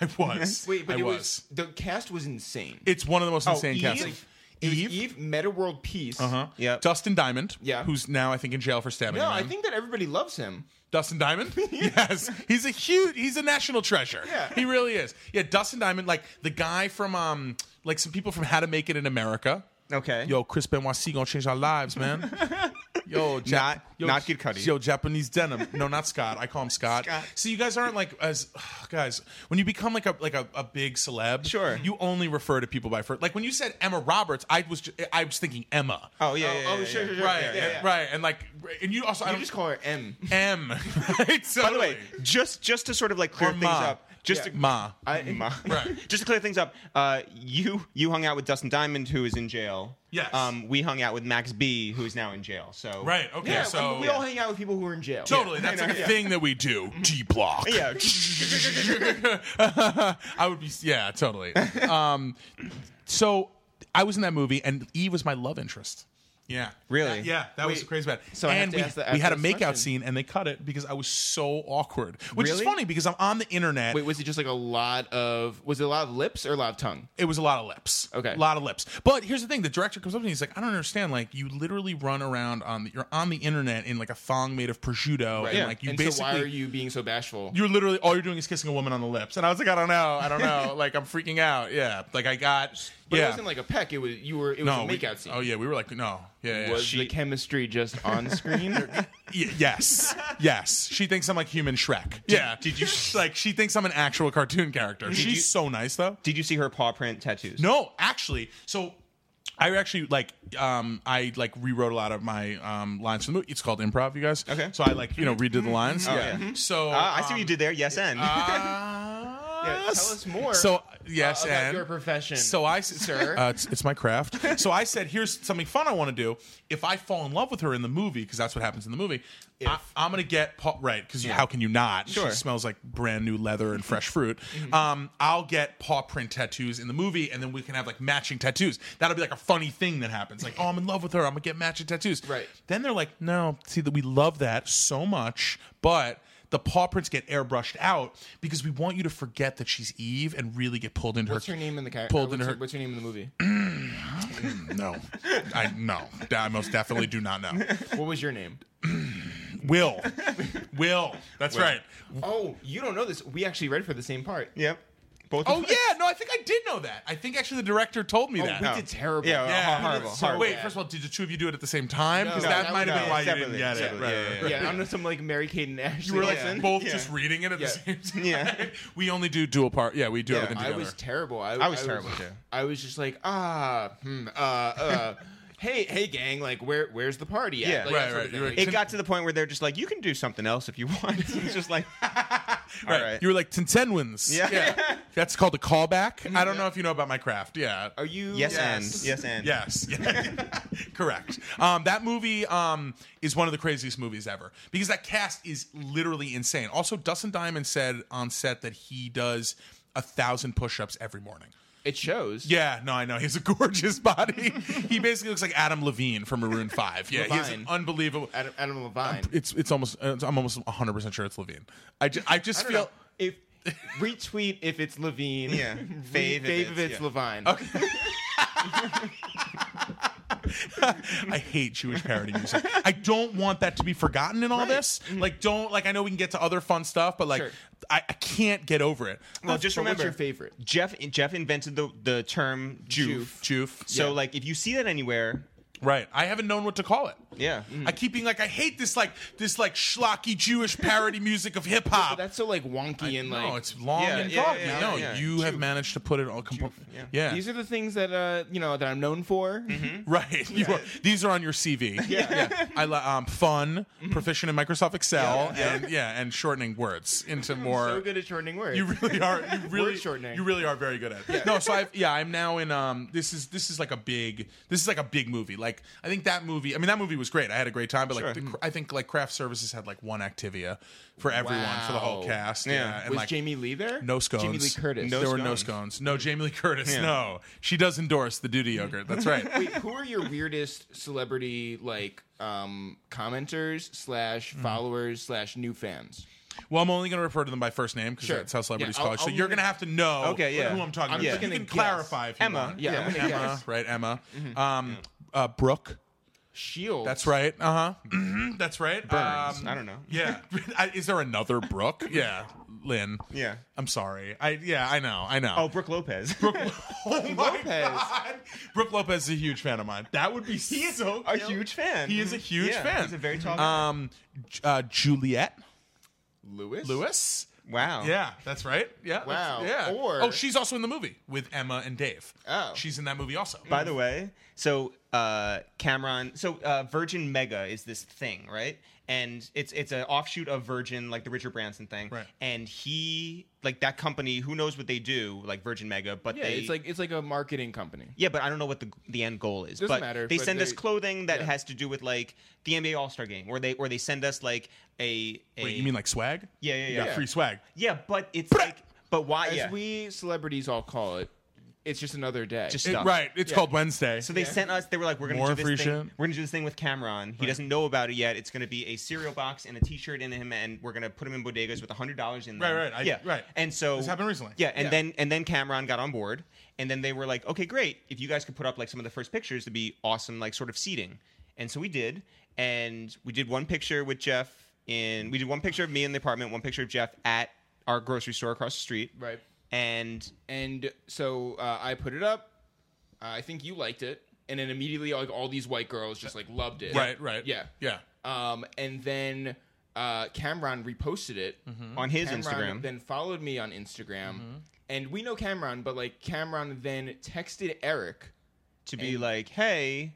S2: I was.
S3: Wait, but
S2: I
S3: it was. the cast was insane.
S2: It's one of the most insane
S1: Eve?
S2: casts.
S1: Like,
S3: It was
S2: Eve,
S3: Oh, Eve, Meta World Peace. Uh-huh.
S1: Yep.
S2: Dustin Diamond,
S3: Yeah.
S2: who's now I think in jail for stabbing.
S3: No,
S2: a
S3: I
S2: man.
S3: think that everybody loves him.
S2: Dustin Diamond? yes. He's a huge he's a national treasure.
S3: Yeah.
S2: He really is. Yeah, Dustin Diamond, like the guy from um like some people from How to Make It in America.
S1: Okay.
S2: Yo, Chris Benoit C gonna change our lives, man. Yo, Jap-
S1: Not
S2: yo,
S1: not Kid Cudi.
S2: Yo, Japanese denim. No, not Scott. I call him Scott.
S1: Scott.
S2: So you guys aren't like as guys when you become like a like a, a big celeb.
S1: Sure.
S2: You only refer to people by first. Like when you said Emma Roberts, I was ju- I was thinking Emma.
S1: Oh yeah.
S3: Oh,
S1: yeah,
S3: oh,
S1: yeah,
S3: sure,
S1: yeah.
S3: sure, sure.
S2: right.
S3: Yeah, yeah, yeah.
S2: Right. And like and you also I
S3: You
S2: don't
S3: just call her M.
S2: M. Right. So
S1: By the way, just just to sort of like clear
S2: Or
S1: things
S2: Ma.
S1: up, just
S3: Yeah.
S1: to,
S2: Ma.
S3: I,
S1: Ma.
S2: Right.
S1: just to clear things up, uh, you you hung out with Dustin Diamond, who is in jail.
S2: Yes.
S1: Um, we hung out with Max B, who is now in jail. So
S2: Right. Okay.
S3: yeah,
S2: so
S3: we, we all hang out with people who are in jail.
S2: totally. That's
S1: I know,
S2: like a
S1: yeah.
S2: thing that we do. D block.
S1: Yeah.
S2: I would be yeah, totally. Um, so I was in that movie, and Eve was my love interest. Yeah,
S1: Really?
S2: That- yeah, that was
S3: Wait,
S2: crazy bad.
S3: so I have
S2: and
S3: to
S2: we,
S3: ask the-
S2: we had a
S3: ask this
S2: makeout
S3: question.
S2: scene, and they cut it because I was so awkward. Which is
S3: Really?
S2: funny because I'm on the internet.
S3: Wait, was it just like a lot of? Was it a lot of lips or a lot of tongue?
S2: It was a lot of lips.
S3: Okay.
S2: a lot of lips. But here's the thing: the director comes up and he's like, "I don't understand. Like, you literally run around on the you're on the internet in like a thong made of prosciutto, and
S1: Yeah.
S2: like you
S3: and
S2: basically
S3: so why are you being so bashful?
S2: you're literally all you're doing is kissing a woman on the lips and i was like i don't know i don't know like i'm freaking out yeah like i got
S3: but
S2: yeah
S3: it wasn't like a peck. It was you were. It was
S2: no
S3: a
S2: we-
S3: makeout scene.
S2: oh yeah we were like no yeah, yeah.
S3: Was
S2: She-
S3: the chemistry just on screen?
S2: y- yes yes she thinks i'm like human shrek yeah did you like she thinks i'm an actual cartoon character she's
S1: you-
S2: so nice though
S1: Did you see her paw print tattoos?
S2: No, actually, so I actually like um I like rewrote a lot of my um lines from the movie. It's called improv, you guys.
S1: Okay.
S2: So I like you know redid the lines.
S1: yeah.
S3: Mm-hmm.
S2: So um,
S1: Uh, I see what you did there. Yes, and
S2: Uh,
S3: Oh, Yeah, tell us more. Oh,
S2: So yes,
S3: about
S2: and
S3: your profession.
S2: So I, sir, uh, it's, it's my craft. So I said, here's something fun I want to do. If I fall in love with her in the movie, because that's what happens in the movie, I, I'm gonna get Paul, right. Because how can you not?
S1: Sure.
S2: She smells like brand new leather and fresh fruit. Um, I'll get paw print tattoos in the movie, and then we can have like matching tattoos. That'll be like a funny thing that happens. Like, oh, I'm in love with her. I'm gonna get matching tattoos.
S3: Right.
S2: Then they're like, no, see that we love that so much, but the paw prints get airbrushed out because we want you to forget that she's Eve and really get pulled into
S3: what's
S2: her
S3: her name in the character?
S2: pulled into
S3: what's,
S2: her.
S3: her- what's her name in the movie?
S2: No, I no, I most definitely do not know.
S3: what was your name?
S2: Will, Will, that's right.
S3: Oh, you don't know this. We actually read for the same part.
S1: yep. Both.
S2: Oh
S1: of-
S2: yeah, no, I think I did know that. I think actually the director told me that.
S3: we
S1: Oh.
S3: did terrible.
S1: Yeah,
S2: Yeah.
S1: horrible.
S3: So
S1: horrible.
S2: Wait,
S3: bad.
S2: first of all, did the two of you do it at the same time? Because
S3: No,
S2: that
S3: that
S2: might have
S3: was-
S2: been
S3: no,
S2: why you
S1: separately,
S2: didn't get it.
S1: separately,
S2: Right,
S1: yeah,
S2: right,
S1: yeah,
S2: right.
S3: Yeah, I'm some like Mary Kate and Ashley.
S2: You were like
S3: Olsen.
S2: both
S1: Yeah.
S2: just reading it at
S3: Yeah.
S2: the same time.
S1: Yeah.
S2: we only do dual part. Yeah, we do
S1: Yeah,
S2: everything
S3: I
S2: together.
S3: was terrible. I,
S1: I was terrible, too.
S3: I was just like, ah, hmm, uh, uh, hey, hey, gang, like, where, where's the party at?
S1: Yeah.
S3: like,
S2: Right,
S3: that sort
S2: right,
S3: of thing.
S2: you're
S3: Like,
S1: It got to the point where they're just like, you can do something else if you want. It's just like,
S2: right.
S1: all right.
S2: You were like Tinsenwins.
S1: Yeah.
S2: that's called a callback. I don't know if you know about my craft.
S1: Oh,
S2: Yeah,
S3: Are you?
S1: yes, and yes and
S2: Yes. Correct. Um, that movie um, is one of the craziest movies ever because that cast is literally insane. Also, Dustin Diamond said on set that he does a thousand push ups every morning.
S3: It shows.
S2: Yeah, no, I know. He has a gorgeous body. he basically looks like Adam Levine from Maroon 5. Yeah, he has an
S3: Levine.
S2: unbelievable.
S3: Adam, Adam Levine.
S2: It's it's almost uh, I'm almost 100 percent sure it's Levine. I, ju- I
S3: I
S2: just
S3: don't
S2: feel
S3: know. If retweet if it's Levine.
S1: Yeah.
S3: Re-
S1: Fave if
S3: fave
S1: it's-
S3: if it's
S1: yeah.
S3: Levine.
S2: I hate Jewish parody music. I don't want that to be forgotten in all this. Like, don't like. I know we can get to other fun stuff, but like,
S3: Mm. Sure.
S2: I, I can't get over it.
S1: Well, just
S3: But
S1: remember,
S3: what's your favorite?
S1: Jeff Jeff invented the the term Jew.
S2: Joof.
S1: So
S3: Yeah.
S1: like, if you see that anywhere,
S2: Right. I haven't known what to call it.
S1: yeah,
S3: Mm.
S2: I keep being like, I hate this like this like schlocky Jewish parody music of hip
S3: But
S2: hop.
S3: that's so like wonky and like.
S2: no, it's long
S1: Yeah,
S2: and
S1: yeah,
S2: broad.
S1: yeah,
S2: no,
S1: yeah.
S2: you have managed to put it all. Compo-
S1: yeah. Mm-hmm.
S2: yeah.
S3: These are the things that uh you know that I'm known for.
S2: Right. You are- these are on your CV.
S3: Yeah. Mm-hmm.
S2: I li- um, fun, proficient in Microsoft Excel,
S3: Yeah, yeah.
S2: and yeah, and shortening words into more.
S3: So good at shortening words.
S2: You really are. You really
S3: shortening.
S2: You really are very good at it. No, so I've yeah, I'm now in um. This is this is like a big. This is like a big movie. Like I think that movie. I mean that movie was great. I had a great time. But like
S1: Sure.
S2: the, I think like craft services had like one Activia for everyone for the whole
S3: Wow.
S2: cast.
S1: Yeah.
S2: Yeah. And
S3: was
S2: like
S3: Jamie Lee there?
S2: no scones.
S3: Jamie Lee Curtis.
S1: No
S2: there were no
S1: scones.
S2: scones. No Jamie Lee Curtis.
S1: Yeah.
S2: No, she does endorse the duty yogurt. That's right.
S3: Wait, who are your weirdest celebrity like um commenters slash followers slash new fans?
S2: Well, I'm only going to refer to them by first name because
S3: Sure.
S2: that's how celebrities
S3: Yeah,
S2: call
S3: I'll-
S2: it. So
S3: I'll
S2: you're
S3: leave-
S2: going to have to know
S1: Okay, yeah.
S2: who I'm talking
S3: I'm
S2: about.
S3: just
S2: You
S3: gonna
S2: can
S3: guess.
S2: clarify if you
S1: Emma,
S2: want.
S1: yeah, I'm
S3: gonna
S2: Emma,
S3: guess.
S2: right? Emma,
S3: Mm-hmm.
S2: um, Uh, Brooke.
S3: Shield.
S2: That's right. Uh huh. That's right.
S1: Burns.
S2: Um,
S1: I don't know.
S2: Yeah. I- Is there another Brooke? Yeah. Lynn.
S1: Yeah.
S2: I'm sorry. I yeah, I know, I know.
S1: Oh, Brooke Lopez.
S2: Oh my
S3: Lopez.
S2: God. Brooke Lopez is a huge fan of mine. That would be he is so
S1: a
S2: dope.
S1: huge fan. Mm-hmm.
S2: He is a huge
S1: Yeah,
S2: fan.
S1: He's a very tall guy.
S2: um J- uh, Juliet
S3: Lewis.
S2: Lewis.
S1: wow.
S2: Yeah, that's right. Yeah.
S3: Wow.
S2: that's- yeah.
S3: Or-
S2: oh, she's also in the movie with Emma and Dave.
S3: Oh.
S2: she's in that movie also.
S1: By the way, so uh, Cameron, so uh, Virgin Mega is this thing, right? And it's it's an offshoot of Virgin, like the Richard Branson thing.
S2: Right.
S1: And he, like that company, who knows what they do, like Virgin Mega, but
S3: Yeah,
S1: they
S3: it's like it's like a marketing company.
S1: Yeah, but I don't know what the the end goal is.
S3: Doesn't
S1: but
S3: matter,
S1: They
S3: but
S1: send us
S3: they-
S1: clothing that
S3: yeah.
S1: has to do with like the NBA All Star Game, or they or they send us like a, a
S2: Wait, you mean like swag?
S1: yeah yeah
S2: You
S1: yeah
S2: got
S1: yeah.
S2: free swag.
S1: but it's like but why
S3: As
S1: yeah.
S3: we celebrities all call it, it's just another day.
S1: Just-
S2: It-
S1: Stuff.
S2: right. It's called Wednesday.
S1: so they sent us. They were like, "We're gonna
S2: More
S1: do this
S2: free
S1: thing.
S2: shit?
S1: We're gonna do this thing with Cameron. He doesn't know about it yet. It's gonna be a cereal box and a T-shirt in him, and we're gonna put him in bodegas with hundred dollars in. them.
S2: Right, right, I-
S1: yeah,
S2: right.
S1: And so
S2: This happened recently.
S1: Yeah, and
S3: Yeah.
S1: then and then Cameron got on board, and then they were like, "Okay, great. If you guys could put up like some of the first pictures, it'd be awesome, like sort of seating." And so we did, and we did one picture with Jeff. In we did one picture of me in the apartment, one picture of Jeff at our grocery store across the street.
S3: right.
S1: And
S3: And so uh, I put it up. Uh, I think you liked it, and then immediately like all these white girls just like loved it.
S2: Right. Right.
S3: Yeah.
S2: Yeah.
S3: Um, and then uh, Cameron reposted it.
S2: Hmm.
S1: on his
S3: Cameron
S1: Instagram,
S3: then followed me on Instagram, and we know Cameron, but like Cameron then texted Eric.
S1: to be like, "Hey,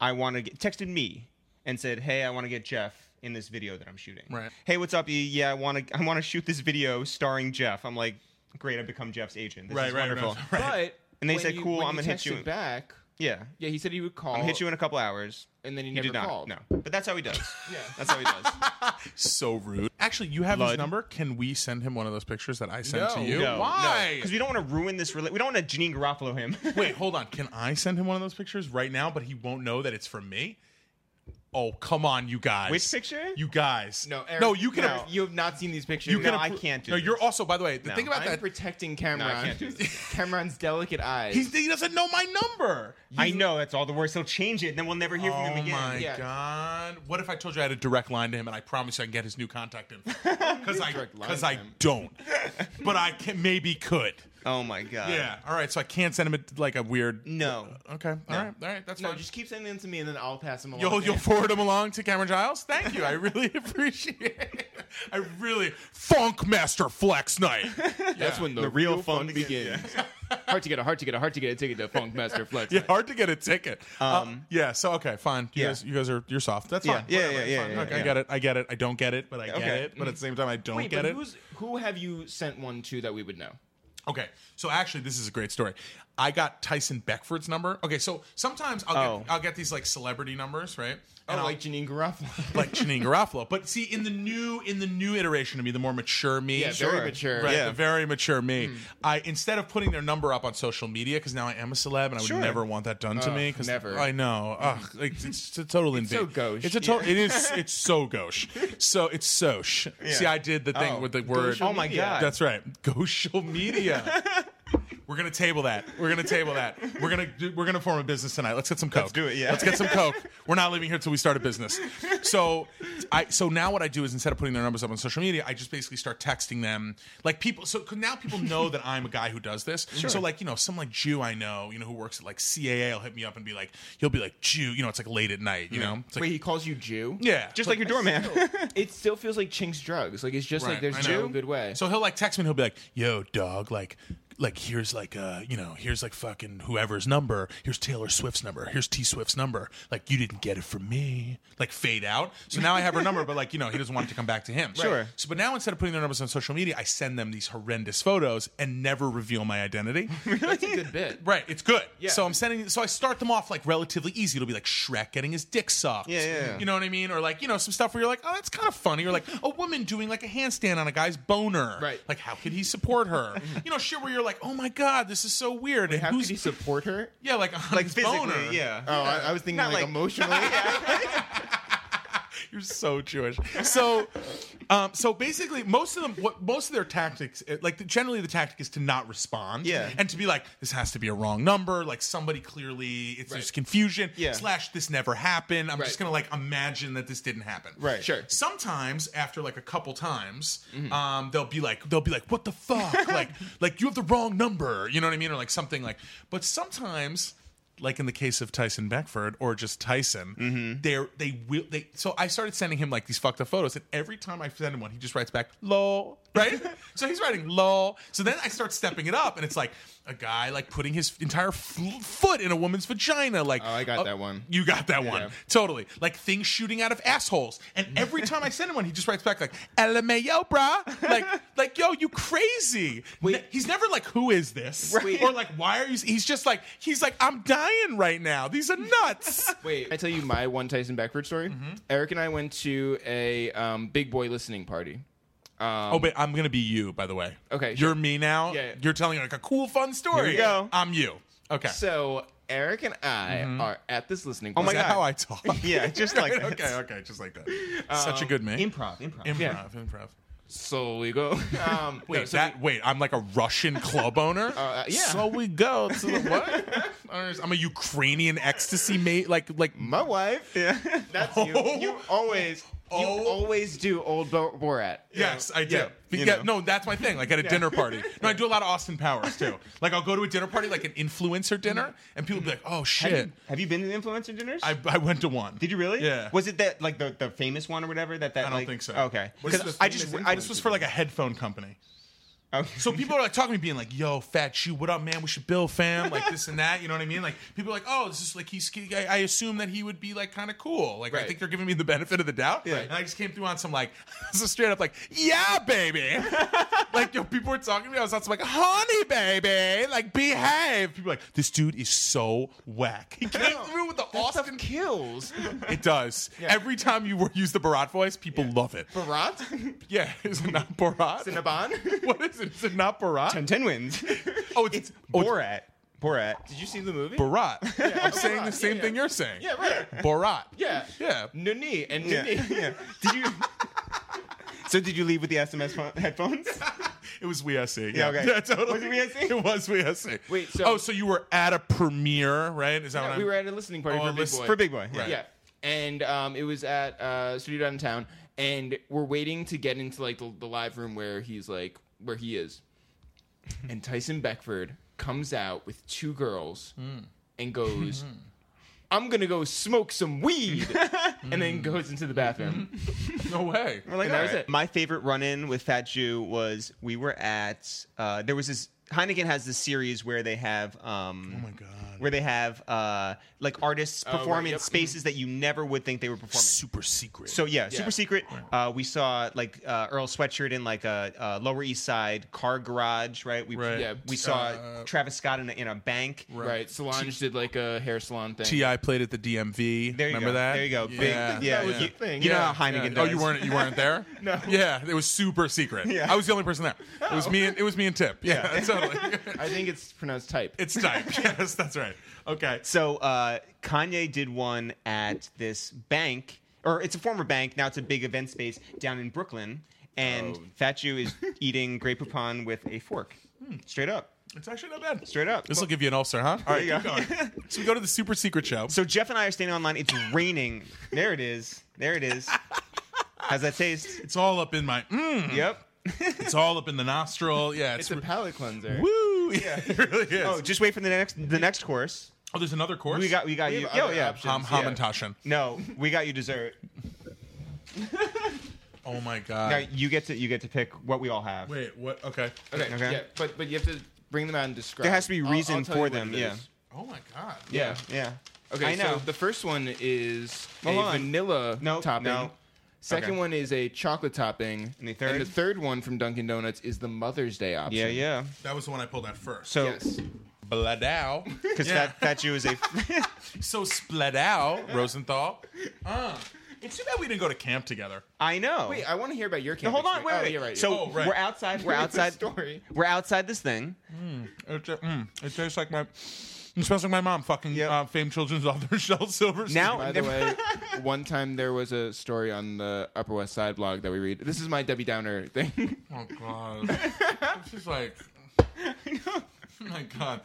S1: I want to get," texted me and said, "Hey, I want to get Jeff in this video that I'm shooting."
S2: Right.
S1: Hey, what's up? E? Yeah, I want to. I want to shoot this video starring Jeff. I'm like, great. I become Jeff's agent. This
S2: Right,
S1: is
S2: right,
S1: wonderful.
S2: right,
S3: But
S1: And they
S3: when
S1: said,
S3: you-
S1: "Cool,
S3: when
S1: I'm gonna hit
S3: texted
S1: you in-
S3: back.
S1: Yeah.
S3: Yeah, he said he would call.
S1: I'll hit you in a couple hours.
S3: and then he,
S1: He
S3: never
S1: did not.
S3: called.
S1: No, but that's how he does.
S3: Yeah.
S1: That's how he does.
S2: So rude. Actually, you have
S1: Blood.
S2: his number. Can we send him one of those pictures that I sent
S3: No,
S2: to you?
S3: no,
S1: No,
S2: Why?
S1: Because we don't want to ruin this. Rela- we don't want to Janine Garofalo him.
S2: Wait, hold on. Can I send him one of those pictures right now? But he won't know that it's from me. Oh, come on, you guys.
S1: Which picture?
S2: You guys.
S3: No, Eric,
S2: no. You can.
S3: Eric, you have not seen these pictures.
S2: You can.
S1: No, I
S2: appro-
S1: can't do
S2: No,
S1: this.
S2: you're also. By the way, the
S1: No,
S2: thing about
S3: I'm
S2: that,
S3: protecting Cameron.
S1: can't do this.
S3: Cameron's delicate eyes.
S2: he's, he doesn't know my number.
S1: I know that's all the worse. He'll change it, and then we'll never hear from
S2: Oh
S1: him again.
S2: my
S3: Yeah.
S2: god! What if I told you I had a direct line to him, and I promise you I can get his new contact info? Because I,
S3: Direct line
S2: because
S3: to
S2: I
S3: him.
S2: don't. But I can, maybe could.
S1: Oh my god.
S2: Yeah. All right. So I can't send him a, like a weird.
S1: No.
S2: Okay. All right. All right. That's
S3: no,
S2: fine.
S3: just keep sending them to me, and then I'll pass them along.
S2: You'll,
S3: to
S2: you'll
S3: him.
S2: forward him along to Cameron Giles. Thank you. I really appreciate it. I really funk master flex night.
S3: That's when the,
S1: The real
S3: real,
S1: fun
S3: fun begins. hard to get a hard to get a hard to get a ticket to Funk Master Flex.
S2: Yeah, hard to get a ticket. Um, yeah, so okay, fine. You
S1: yeah.
S2: guys, you guys are you're soft. That's
S1: Yeah,
S2: fine.
S1: yeah,
S2: Whatever,
S1: yeah,
S2: it's
S1: yeah,
S2: fine.
S1: yeah,
S2: Okay, I
S1: yeah.
S2: get it. I get it. I don't get it, but I get
S1: Okay.
S2: it. But at the same time, I don't
S3: Wait,
S2: get
S3: but
S2: it.
S3: who's who have you sent one to that we would know?
S2: Okay, so actually, this is a great story. I got Tyson Beckford's number. Okay, so sometimes I'll
S1: Oh.
S2: get I'll get these like celebrity numbers, right? And
S3: Oh,
S2: I'll-
S3: like Janine Garofalo.
S2: like Janine Garofalo. But see, in the new in the new iteration of me, the more mature me,
S3: yeah,
S1: Sure.
S3: very mature. Hmm.
S2: right,
S1: Yeah.
S2: the very mature me. I instead of putting their number up on social media because now I am a celeb and I would
S1: Sure.
S2: never want that done to
S3: Ugh,
S2: me. Because
S3: never.
S2: I know. Ugh, like, it's, it's a total it's
S3: so gauche.
S2: It's a total. It is. It's so gauche. So it's soch. See, I did the thing
S3: Oh,
S2: with the word.
S3: social
S1: Oh my
S3: media.
S1: God.
S2: That's right. Social media. We're gonna table that. We're gonna table that. We're gonna do, we're gonna form a business tonight. Let's get some coke.
S1: do it, yeah.
S2: Let's get some coke. We're not leaving here till we start a business. So I so now what I do is instead of putting their numbers up on social media, I just basically start texting them. Like people, so 'cause now people know that I'm a guy who does this. So like you know, some like Jew I know, you know, who works at like CAA, will hit me up and be like, he'll be like Jew, you know, it's like late at night, you know, it's like
S3: Wait, he calls you Jew?
S2: yeah,
S1: Just like your doorman.
S3: It still feels like Chinks drugs. Like it's just
S2: Right,
S3: like there's
S2: I
S3: no
S2: know.
S3: good way.
S2: So he'll like text me and he'll be like, "Yo, dog, like, like here's like uh, you know, here's like fucking whoever's number. Here's Taylor Swift's number. Here's T Swift's number. Like you didn't get it from me. Like fade out. So now I have her number, but like you know, he doesn't want it to come back to him.
S1: Sure.
S2: So but now instead of putting their numbers on social media, I send them these horrendous photos and never reveal my identity.
S3: That's a good bit.
S2: Right, it's good. So I'm sending. So I start them off like relatively easy. It'll be like Shrek getting his dick sucked.
S1: Yeah, yeah, yeah.
S2: You know what I mean? Or like you know some stuff where you're like, oh, that's kind of funny. Or like a woman doing like a handstand on a guy's boner.
S3: Right.
S2: Like how could he support her? you know shit where you're like, oh my god, this is so weird. and
S3: How
S2: who's
S3: could he support her?
S2: yeah like on
S1: like
S2: his
S1: physically.
S2: boner?
S1: Yeah.
S3: Oh, I, I was thinking
S1: Not
S3: like,
S1: like-
S3: emotionally.
S2: You're so Jewish. So Um, so basically, most of them, what most of their tactics, uh, like generally, the tactic is to not respond,
S1: Yeah.
S2: and to be like, this has to be a wrong number. Like somebody clearly, it's
S3: Right.
S2: there's confusion.
S1: Yeah.
S2: Slash, this never happened. I'm
S3: Right.
S2: just gonna like imagine that this didn't happen.
S1: Right.
S3: Sure.
S2: Sometimes after like a couple times, um, they'll be like, they'll be like, what the fuck? like, like you have the wrong number. You know what I mean? Or like something like. But sometimes. Like in the case of Tyson Beckford or just Tyson, they're they will they. So I started sending him like these fucked up photos, and every time I send him one, he just writes back "lol," right? so he's writing "lol." So then I start stepping it up, and it's like a guy like putting his entire f- foot in a woman's vagina. Like
S3: Oh, I got
S2: uh,
S3: that one.
S2: you got that one.
S3: Yeah.
S2: Totally. Like things shooting out of assholes. And every time I send him one, he just writes back like LMAO, brah. Like, like, yo, you crazy. Ne- he's never like, who is this?
S3: Wait.
S2: Or like, why are you he's just like, he's like, I'm dying right now. These are nuts.
S3: Wait, I tell you my one Tyson Beckford story.
S2: Mm-hmm.
S3: Eric and I went to a um, big boy listening party.
S2: oh, but I'm gonna be you, by the way.
S3: Okay,
S2: You're
S3: sure.
S2: me now.
S3: Yeah, yeah.
S2: You're telling like a cool, fun story.
S1: we go.
S2: I'm you. Okay.
S3: So Eric and I
S2: Mm-hmm.
S3: are at this listening.
S1: Oh
S3: party.
S1: my
S2: Is that
S1: God.
S2: how I talk?
S1: Yeah, just like Um, that.
S2: okay, okay, just like that. Such a good man.
S1: Improv, improv.
S2: improv,
S3: yeah.
S2: improv.
S3: So we go. Um,
S2: Wait,
S3: no, so
S2: that wait, I'm like a Russian club owner.
S3: uh, yeah.
S2: So we go to the what? I'm a Ukrainian ecstasy mate. Like like
S3: we- my wife.
S1: yeah.
S3: That's you. You always, you
S2: Oh.
S3: always do old Bo- Borat.
S2: yes, I do.
S1: Yeah,
S2: Be-
S1: you
S2: yeah,
S1: know.
S2: no, that's my thing. Like at a dinner party. No, I do a lot of Austin Powers too. Like I'll go to a dinner party, like an influencer dinner, and people be like, "Oh
S1: Mm-hmm. Have
S2: shit."
S1: you, have you been to influencer dinners?
S2: I, I went to one.
S1: Did you really?
S2: Yeah.
S1: Was it that like the, the famous one or whatever? That that
S2: I don't
S1: like-
S2: think so.
S1: Okay.
S2: Was
S1: Because
S2: this
S1: I
S2: the
S1: just
S3: famous
S1: I
S2: This
S1: just
S2: was for like a headphone company.
S1: okay.
S2: So people are like talking to me, being like, "Yo, fat shoe, what up, man? We should bill, fam, like this and that." You know what I mean? Like people are like, "Oh, this is like he's." I, I assume that he would be like kind of cool. Like I
S3: Right.
S2: think they're giving me the benefit of the doubt.
S1: Yeah.
S2: And I just came through on some like, so straight up like, "Yeah, baby." like yo, people were talking to me. I was out some like, "Honey, baby, like behave." People are like, "This dude is so whack." He came through with the
S3: That stuff
S2: Austin.
S3: kills.
S2: It does. Every time you were- use the Barat voice, people love it.
S3: Borat,
S2: Yeah, is it not Barat?
S3: Cinnabon.
S2: what is it? Is it not Barat?
S1: Ten ten wins.
S2: Oh, it's, oh, it's
S1: Borat. Borat.
S3: Did you see the movie?
S2: Borat. I'm saying
S3: Borat.
S2: the same
S3: Yeah,
S2: thing
S3: yeah.
S2: you're saying.
S3: yeah, right.
S2: Borat.
S3: Yeah.
S2: Yeah.
S3: Nuni and
S1: Yeah.
S3: Nuni.
S1: yeah. Did you? so did you leave with the SMS phone- headphones?
S2: It was WSC.
S1: Yeah, okay.
S2: totally.
S1: Was it WSC?
S2: It was WSC.
S3: Wait, so-
S2: Oh, so you were at a premiere, right? Is that what
S3: Yeah,
S2: I'm
S3: we were at a listening party
S2: Oh,
S3: for Big
S2: listen-
S3: Boy.
S1: For Big Boy. Yeah.
S2: Right.
S3: Yeah. And um, it was at uh, Studio Downtown, and we're waiting to get into like the, the live room where he's like where he is, and Tyson Beckford comes out with two girls
S1: Hmm.
S3: and goes, "I'm gonna go smoke some weed," and then goes into the bathroom.
S1: Hmm.
S2: No way.
S1: We're like,
S3: And that was
S1: "Alright."
S3: it.
S1: My favorite run-in with Fat Jew was we were at. Uh, there was this Heineken has this series where they have. Um,
S2: Oh my god.
S1: Where they have uh, like artists
S3: Oh, right,
S1: perform in
S3: yep.
S1: spaces that you never would think they were performing.
S2: Super secret.
S1: So yeah,
S3: Yeah.
S1: super secret. Uh, we saw like uh, Earl Sweatshirt in like a, uh Lower East Side car garage, right? We
S2: Right.
S3: Yeah.
S1: we saw
S2: Uh,
S1: Travis Scott in a, in a bank.
S3: Right. Solange did like a hair salon thing.
S2: Ti played at the DMV.
S1: There you
S2: Remember
S1: go.
S2: that?
S1: There you go. Big-
S2: Yeah.
S1: yeah,
S3: That was
S1: you,
S3: the thing,
S1: you know
S2: Yeah.
S1: how Heineken
S2: Yeah.
S1: does.
S2: Oh, you weren't. You weren't there. no. Yeah, it was super secret.
S1: Yeah.
S2: I was the only person there. It was me. And, it was me and Tip. Yeah, totally.
S3: I think it's pronounced type.
S2: it's time. Yes, that's right. Okay.
S1: So uh, Kanye did one at this bank, or it's a former bank. Now it's a big event space down in Brooklyn, and
S3: Oh.
S1: Fat Jew is eating Grey Poupon with a fork, straight up,
S2: It's actually not bad.
S1: straight up.
S2: Hmm. This will give you an ulcer, huh? All right,
S1: There you
S2: keep going. so we go to the super secret show.
S1: So Jeff and I are standing online. It's raining. there it is. There it is. How's that taste?
S2: it's all up in my,
S3: Mm-hmm.
S2: mm,
S1: Yep.
S2: it's all up in the nostril. Yeah, it's,
S3: It's a palate cleanser.
S2: woo. Yeah, it really is.
S1: Oh,
S2: Oh,
S1: just wait for the next the next course.
S2: there's another course.
S1: We got we got
S3: We
S1: you.
S3: have
S1: Oh
S3: other
S1: yeah.
S3: options.
S2: Ham
S3: Yeah.
S2: Ham and Tashin.
S1: No, we got you dessert.
S2: Oh my
S1: Now
S2: god.
S1: you get to you get to pick what we all have.
S2: Wait, what? Okay.
S3: Okay.
S1: Okay.
S3: Yeah, but but you have to bring them out and describe.
S1: There has to be
S3: I'll- I'll
S1: reason
S3: tell
S1: for
S3: you what
S1: them,
S3: it
S1: yeah.
S3: is.
S2: Oh my god.
S3: Yeah.
S1: Yeah.
S3: Okay,
S1: I know.
S3: so the first one is
S1: Well, hold
S3: a
S1: on.
S3: vanilla
S1: No,
S3: topping.
S1: no.
S3: Second
S1: Okay.
S3: one is a chocolate topping.
S1: And the third?
S3: third one from Dunkin' Donuts is the Mother's Day option.
S1: yeah, yeah.
S2: That was the one I pulled out first.
S1: So
S3: Yes.
S2: Bladow.
S1: because
S2: Yeah.
S1: Fat, Fat Jew is a
S2: so Spladow Rosenthal. Uh, it's too bad we didn't go to camp together.
S1: I know.
S3: Wait, I want to hear about your camp.
S1: No, hold on, wait,
S3: experience.
S1: wait.
S3: Oh, you're right.
S1: So
S2: Oh, right.
S1: we're outside. We're outside.
S3: story.
S1: We're outside this thing.
S2: It, ta- mm, it tastes like my It smells like my mom, fucking
S1: Yep.
S2: uh, famed children's author Shel Silverstein.
S1: Now-
S3: By the way, one time there was a story on the Upper West Side blog that we read. This is my Debbie Downer thing.
S2: oh god, this is like, oh my god.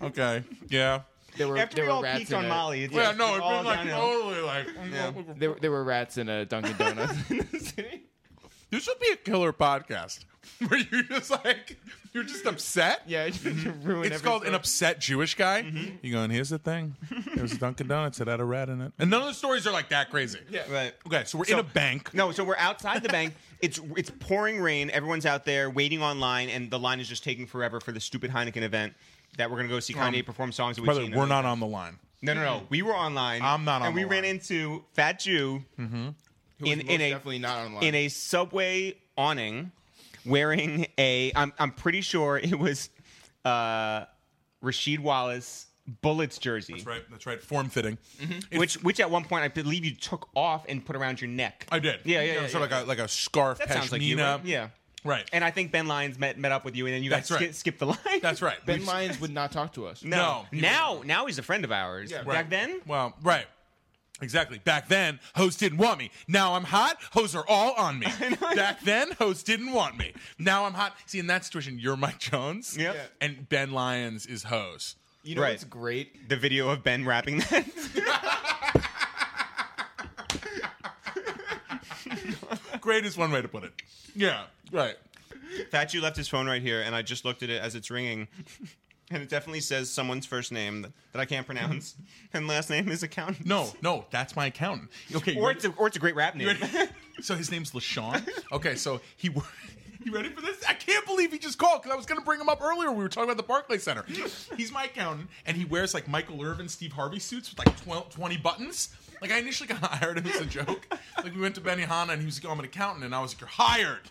S2: Okay, yeah.
S3: there were
S1: After
S3: there
S1: we
S3: were
S1: all
S3: rats
S1: peaked
S3: in
S1: on
S3: it.
S1: Molly, it's
S2: Yeah,
S1: just
S2: no, it's
S1: all
S2: been like
S1: downhill.
S2: totally like.
S3: There, there were rats in a Dunkin' Donuts in the city.
S2: This would be a killer podcast where you just like you're just upset.
S3: Yeah, it
S1: Mm-hmm.
S3: just ruined
S2: It's called an
S3: everything.
S2: upset Jewish guy. You going? Here's the thing. There was a Dunkin' Donuts that had a rat in it, and none of the stories are like that crazy.
S3: Yeah.
S1: Right.
S2: Okay, so we're in
S1: So-
S2: a bank.
S1: No, so we're outside the bank. It's it's pouring rain. Everyone's out there waiting online, and the line is just taking forever for the stupid Heineken event that we're gonna go see Kanye perform songs that we've
S2: By the way,
S1: seen.
S2: Um, we're not on the line.
S1: No, no, no. We were online.
S2: I'm not Hmm. on
S1: And we
S2: the
S1: ran
S2: line.
S1: into Fat Jew
S3: Who was
S1: in
S3: most
S1: in a
S3: definitely not online.
S1: in a subway awning, wearing a. I'm I'm pretty sure it was uh, Rashid Wallace Bullets jersey,
S2: That's right. That's right. Form fitting.
S1: Mm-hmm. which which at one point I believe you took off and put around your neck.
S2: I did.
S1: Yeah, yeah,
S2: You know,
S1: yeah,
S2: Sort of
S1: yeah.
S2: like a like a scarf
S1: that sounds like you.
S2: pashmina.
S1: right? Yeah.
S2: Right.
S1: And I think Ben Lyons met, met up with you, and then you guys
S2: That's right.
S1: sk- skipped the line.
S2: That's right.
S3: ben
S2: We've-
S3: Lyons would not talk to us.
S1: No.
S2: No.
S1: Now, now he's a friend of ours.
S3: Yeah.
S1: Back
S2: Right.
S1: then,
S2: Well, right. Exactly. Back then, hoes didn't want me. Now I'm hot. Hoes are all on me. Back then, hoes didn't want me. Now I'm hot. See, in that situation, you're Mike Jones.
S1: Yep.
S3: Yeah.
S2: And Ben Lyons is hoes.
S3: You know
S1: Right.
S3: what's great?
S1: the video of Ben rapping that.
S2: Great is one way to put it. Yeah. Right.
S1: Fat Jew left his phone right here, and I just looked at it as it's ringing. And it definitely says someone's first name that, that I can't pronounce, and last name is accountant.
S2: No, no, that's my accountant. Okay. you
S1: or
S2: ready-
S1: it's a, or it's a great rap name.
S2: so his name's LaShawn. Okay, so he. wor- You ready for this? I can't believe he just called because I was going to bring him up earlier. We were talking about the Barclay Center. He's my accountant, and he wears like Michael Irvin, Steve Harvey suits with like 12, 20 buttons. Like I initially got hired him as a joke. Like we went to Benihana, and he was like, oh, "I'm an accountant," and I was like, "You're hired."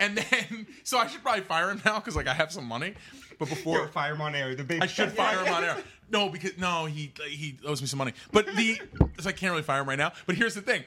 S2: And then, so I should probably fire him now because like I have some money. But before,
S1: Or fire him on air. The big
S2: I should fire him on air. No, because no, he he owes me some money. But the so I can't really fire him right now. But here's the thing.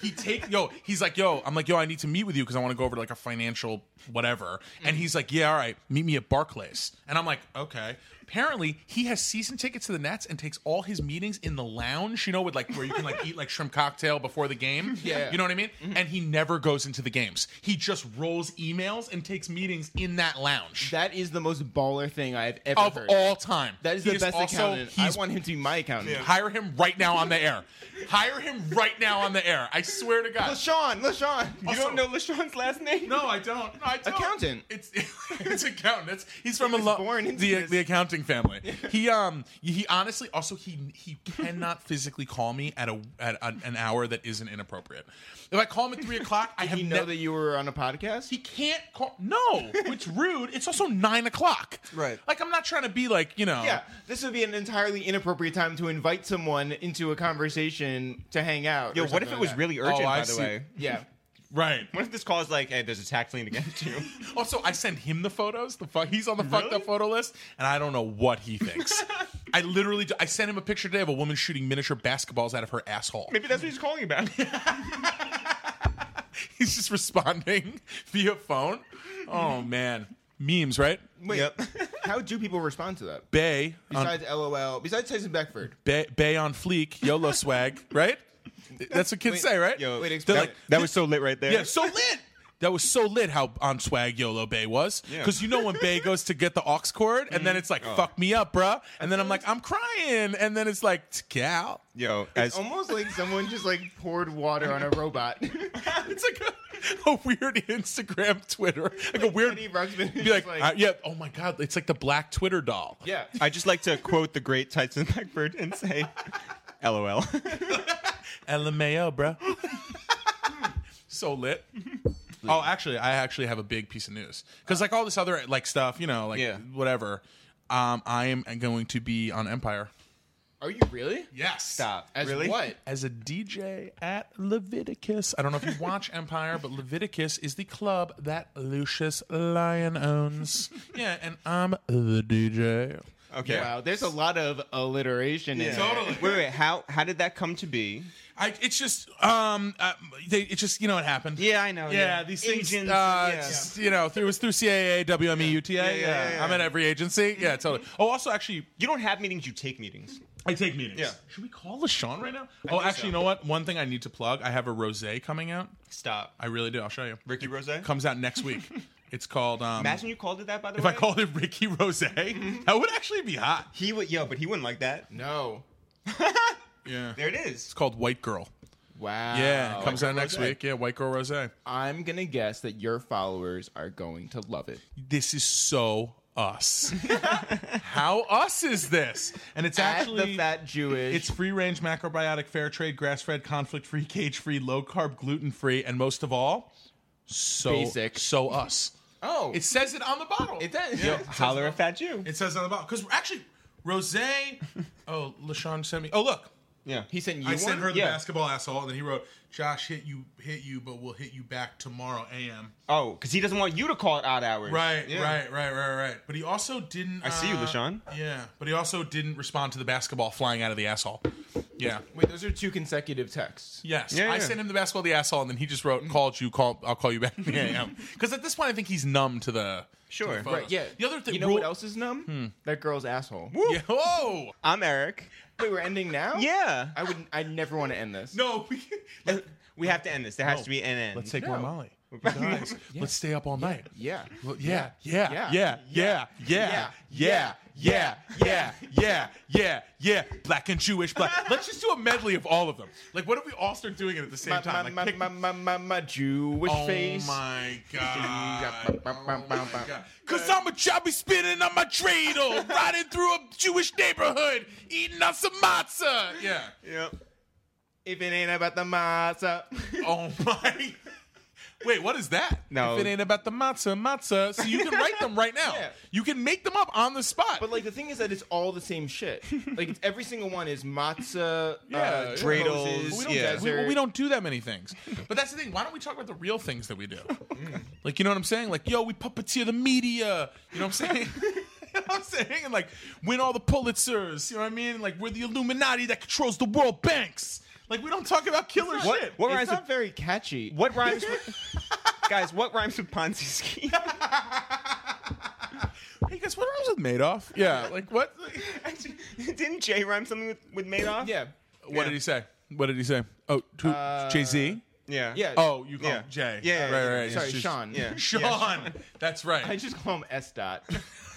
S2: He take yo. He's like yo. I'm like yo. I need to meet with you because I want to go over to like a financial whatever. And he's like, yeah, all right, meet me at Barclays. And I'm like, okay. Apparently, he has season tickets to the Nets and takes all his meetings in the lounge. You know, with like where you can like eat like shrimp cocktail before the game.
S3: Yeah.
S2: You know what I mean? And he never goes into the games. He just rolls emails and takes meetings in that lounge
S3: That is the most baller thing I've ever
S2: of
S3: heard.
S2: all time.
S3: that is
S2: He
S3: the best
S2: also-
S3: accountant. I
S2: He's
S3: want him to be my accountant.
S2: Hire him right now on the air. Hire him right now on the air. I swear to God.
S3: LaShawn, LaShawn.
S1: You don't know LaShawn's last name?
S2: No, I don't. No, I don't.
S3: Accountant.
S2: It's it's accountant. It's, he's from a
S3: was
S2: lo-
S3: born into
S2: the
S3: this.
S2: the accounting family. He um he honestly also he he cannot physically call me at a at a, an hour that isn't inappropriate. If I call him at three o'clock, I have
S3: He know
S2: ne-
S3: that you were on a podcast.
S2: He can't call. No, it's rude. It's also nine o'clock.
S1: Right.
S2: Like I'm not trying to be like you know.
S3: yeah,
S1: Oh.
S3: this would be an entirely inappropriate time to invite someone into a conversation to hang out.
S1: Yo,
S3: or
S1: what if
S3: something
S1: it
S3: like
S1: was
S3: that.
S1: really urgent,
S2: Oh,
S1: by
S2: I
S1: the
S2: see.
S1: way?
S3: Yeah,
S2: Right.
S1: What if this call is like, hey, there's a tax lien against you?
S2: Also, I send him the photos. The fu- he's on the fucked up photo list, and I don't know what he thinks. I literally, do- I sent him a picture today of a woman shooting miniature basketballs out of her asshole.
S1: Maybe that's what he's calling about.
S2: He's just responding via phone. Oh man, memes, right?
S3: wait.
S1: Yep. Um,
S3: how do people respond to that?
S2: Bay, on,
S3: Besides LOL, besides Tyson Beckford,
S2: bay, bay on fleek, YOLO swag, right? That's what kids say, right?
S1: Yo,
S3: Wait,
S1: that-
S3: explain
S1: that,
S3: it.
S1: was so lit right there.
S2: Yeah, so lit. That was so lit how on swag YOLO Bay was.
S1: Yeah.
S2: Because you know when Bay goes to get the aux cord and then it's like, fuck me up, bruh. And then I'm like, I'm crying. And then it's like, "Cal."
S1: Yo, as
S3: almost like someone just like poured water on a robot.
S2: It's like a, a weird Instagram Twitter. Like a weird.
S3: Eddie Ruxpin is
S2: Be like,
S3: just like-
S2: uh, yeah, oh my God. It's like the black Twitter doll.
S3: yeah,
S1: I just like to quote the great Tyson Beckford and say, LOL.
S2: LMAO, bro. so lit. Oh, actually, I actually have a big piece of news because like all this other like stuff, you know, like
S1: Yeah.
S2: whatever. Um, I am going to be on Empire.
S3: are you really?
S2: Yes.
S1: Stop.
S3: As
S1: really?
S3: what?
S2: As a DJ at Leviticus. I don't know if you watch Empire, but Leviticus is the club that Lucius Lyon owns. Yeah, and I'm the DJ.
S1: Okay.
S3: Wow, there's a lot of alliteration in
S1: Yeah.
S3: it.
S2: Totally.
S1: Wait, wait. How how did that come to be?
S2: I, it's just um, uh, they, it's just you know it happened.
S1: Yeah, I know.
S2: Yeah, these things,
S1: Agents,
S2: uh,
S1: yeah.
S2: just, you know, through, it was through CAA, WME, UTA. Yeah,
S1: yeah, yeah, yeah.
S2: I'm at every agency. Yeah, totally. Oh, also, actually,
S1: You don't have meetings. You take meetings.
S2: I take meetings.
S1: Yeah.
S2: Should we call LaShawn right now? oh,
S1: think
S2: actually,
S1: so.
S2: you know what? One thing I need to plug. I have a rosé coming out.
S1: Stop.
S2: I really do. I'll show you.
S1: Ricky Rose.
S2: Comes out next week. it's called. Um,
S1: Imagine you called it that. By the
S2: if
S1: way,
S2: I called it Mm-hmm. Ricky Rosé, that would actually be hot.
S1: he would. Yo, but he wouldn't like that.
S3: No.
S2: Yeah.
S1: There it is.
S2: It's called White Girl. Uh,
S3: Wow.
S2: Yeah, it comes
S3: Like
S2: out
S3: a
S2: next
S3: rosé.
S2: week. Yeah, White Girl Rosé.
S3: I'm gonna guess that your followers are going to love it.
S2: This is so us. How us is this? And it's
S3: At
S2: actually
S3: the fat Jewish.
S2: It's free range, macrobiotic, fair trade, grass fed, conflict free, cage free, low carb, gluten free, and most of all, so
S3: Basic.
S2: so us.
S3: oh,
S2: It says it on the bottle.
S3: it does.
S2: Yeah.
S1: Holler at Fat Jew.
S2: It says it on the bottle because actually, Rose. Oh, Lashawn sent me. Oh, look,
S1: Yeah.
S3: He sent you.
S2: I sent
S3: one?
S2: her the
S1: Yeah.
S2: basketball asshole, and then he wrote, "Josh hit you, hit you, but we'll hit you back tomorrow a.m."
S1: Oh, because he doesn't want you to call it odd hours.
S2: Right,
S1: Yeah.
S2: right, right, right, right. But he also didn't. I
S1: see you, Lashawn.
S2: Yeah, but he also didn't respond to the basketball flying out of the asshole. Yeah.
S3: Wait, those are two consecutive texts.
S2: Yes,
S1: Yeah,
S2: I
S1: yeah.
S2: sent him the basketball of the asshole, and then he just wrote, "Called you, call. I'll call you back." Yeah, yeah. Because at this point, I think he's numb to the.
S1: Sure.
S2: To the
S3: Right.
S2: photos.
S3: Yeah.
S2: The other thing.
S3: You know
S2: rule- Hmm.
S3: what else is numb? That girl's asshole.
S2: Yeah. Whoa.
S1: I'm Eric.
S3: Wait, we're ending
S1: Oh.
S3: now.
S1: Yeah.
S3: I would. I never want to end this.
S2: No. We,
S1: We have to end this. There has to be an end.
S2: let's take
S3: No.
S2: more Molly. Guys, Let's stay up all night.
S3: Yeah.
S2: Well, Yeah, yeah,
S3: Yeah.
S2: yeah, yeah, yeah, yeah, yeah, yeah, yeah, yeah, yeah. Black and Jewish, black. Let's just do a medley of all of them. Like, what if we all start doing it at the same
S3: My, my,
S2: time?
S3: my,
S2: Like, pick-
S3: my, my, my, my Jewish
S2: Oh
S3: face.
S2: my god. Oh
S3: Bum, bum, bum, bum.
S2: Cause I'm a job be spinning on my dreidel, riding through a Jewish neighborhood, eating on some matzah. Yeah.
S1: Yep.
S3: If it ain't about the matzah.
S2: Oh my. Wait, what is that?
S1: No.
S2: If it ain't about the matzah, matzah. So you can write them right now.
S3: Yeah.
S2: You can make them up on the spot.
S3: But like the thing is that it's all the same shit. Like it's, every single one is matzah,
S2: Yeah, yeah.
S3: uh,
S1: Dreidels,
S3: roses,
S2: we don't,
S1: yeah.
S2: we,
S3: desert.
S2: we don't do that many things. But that's the thing. Why don't we talk about the real things that we do?
S1: Mm.
S2: like, you know what I'm saying? Like, yo, we puppeteer the media. You know what I'm saying? You know what I'm saying? And like, win all the Pulitzers. You know what I mean? Like, we're the Illuminati that controls the world banks. Like, we don't talk about killer shit.
S1: What
S3: It's
S1: rhymes
S3: not
S1: with
S3: very catchy.
S1: What rhymes with Guys, what rhymes with Ponzi scheme?
S2: Hey, guess what rhymes with Madoff? Yeah, like, what?
S1: Actually, Didn't Jay rhyme something with, with Madoff?
S3: Yeah.
S2: What did he say? What did he say? Oh, to Jay Z?
S1: Yeah.
S3: Yeah.
S2: Oh, you call
S1: Uh, yeah.
S2: him Jay.
S1: Yeah, yeah,
S2: right,
S1: yeah.
S2: right.
S3: Sorry,
S2: It's just-
S3: Sean.
S1: Yeah.
S2: Sean. That's right.
S3: I just call him S dot.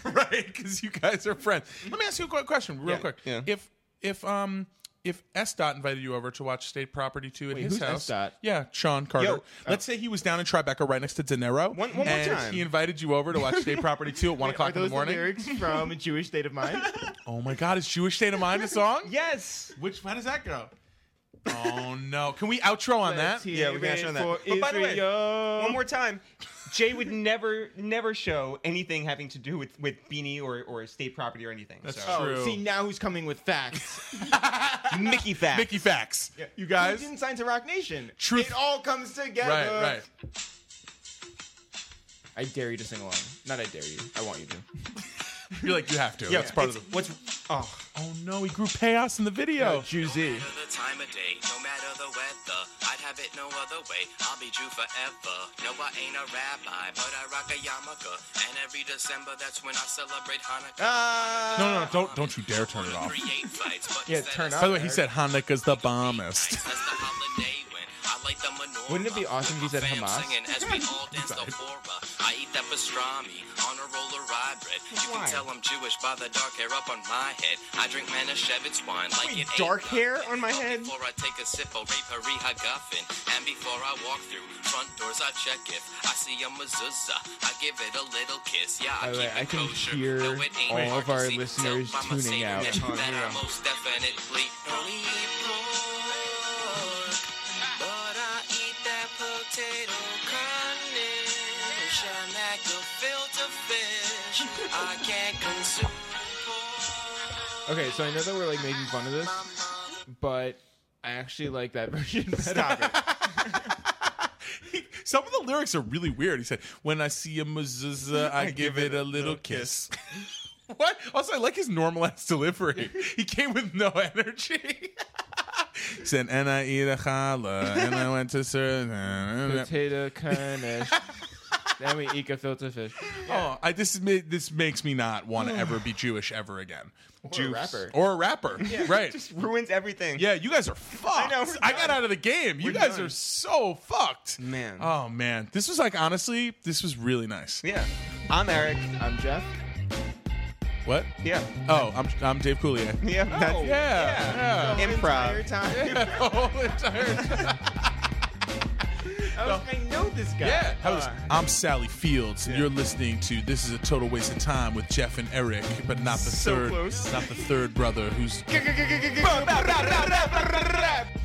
S2: right? Because you guys are friends. Let me ask you a quick question, real
S1: Yeah,
S2: quick.
S1: yeah.
S2: If if um if S Dot invited you over to watch State Property Two at his
S3: who's
S2: house,
S3: S. Dot?
S2: yeah, Sean Carter.
S1: Yo,
S2: Let's say he was down in Tribeca, right next to De Niro,
S1: One- one more
S2: and
S1: time.
S2: he invited you over to watch State Property Two at one
S3: Are
S2: o'clock in
S3: those
S2: the morning.
S3: lyrics from a Jewish State of Mind?
S2: oh my God, is Jewish State of Mind a song?
S1: Yes.
S2: Which how does that go? Oh no! Can we outro on that?
S1: Yeah, we can show that.
S3: But by the way,
S1: One more time. Jay would never, never show anything having to do with, with Beanie or, or state property or anything.
S2: That's
S1: so.
S2: true.
S3: oh, see now who's coming with facts?
S1: Mickey fact.
S2: Mickey facts. You
S3: Guys,
S2: guys.
S3: didn't sign to Rock Nation.
S2: Truth-
S3: It all comes together.
S2: Right, right.
S3: I dare you to sing along. Not I dare you. I want you to.
S2: You're like you have to. That's part of the.
S1: What's oh
S2: Oh no! He grew chaos in the video.
S3: Juicy.
S4: matter the time of day, no matter the weather, I'd have it no other way. I'll be Jew forever. No, I ain't a rabbi, but I rock a yarmulke. And every December, that's when I celebrate Hanukkah.
S3: Uh,
S2: No, no, no, don't don't you dare turn it off.
S4: Create fights, but
S3: Ah. Yeah,
S4: instead
S3: turn
S4: of
S3: up.
S2: By the way, he said Hanukkah's the bombest.
S4: That's the holiday when I light the menorah.
S3: Wouldn't it be awesome if he said
S4: Fam
S3: Hamas?
S4: Singing as we all dance the hora. I eat that pastrami on a roll of rye bread. You
S1: Why?
S4: can tell I'm Jewish by the dark hair up on my head. I drink Manischewitz wine like
S1: Wait,
S4: it ain't
S1: dark
S4: nothing.
S1: hair on my
S4: But
S1: head?
S4: Before I take a sip, I'll rape her guffin. And before I walk through front doors, I check if I see a mezuzah. I give it a little kiss. Yeah, I
S3: By the way, I
S4: keep it
S3: can
S4: kosher.
S3: hear
S4: No, it ain't
S3: all of
S4: hard to
S3: our
S4: see.
S3: listeners
S4: Tell by my
S3: tuning out.
S4: statement
S1: Oh,
S4: that I
S1: yeah.
S4: most definitely don't eat pork. But I eat that potato carnation like a filter fish. I can't consume pork.
S3: Okay, so I know that we're like making fun of this, but I actually like that version better. Stop it.
S2: Some of the lyrics are really weird. He said, "When I see a mezuzah, I, give it a little kiss." What? Also, I like his normalized delivery. He came with no energy. He said, and I eat a challah, and I went to Sur.
S3: Potato Kanish. then we eat a filter fish.
S2: Oh, I, this is ma- this makes me not want to ever be Jewish ever again,
S3: Or a rapper.
S2: or a rapper, right?
S1: Just ruins everything.
S2: yeah, you guys are fucked. I,
S1: know, we're
S2: got
S1: done.
S2: out of the game. You guys
S1: done.
S2: are so fucked,
S1: Man.
S2: Oh man, this was like honestly, this was really nice.
S1: Yeah. I'm Eric.
S3: I'm Jeff.
S2: What?
S1: Yeah.
S2: Oh, I'm I'm Dave Coulier.
S1: Yeah. that's-
S2: yeah,
S1: Improv.
S3: Uh, Entire time.
S2: yeah. The whole entire.
S3: I, was, I know this guy. Uh,
S2: Yeah. I'm Sally Fields, and you're listening to This is a Total Waste of Time with Jeff and Eric, but not the
S1: So
S2: third
S1: close.
S2: not the third brother who's
S1: Alright.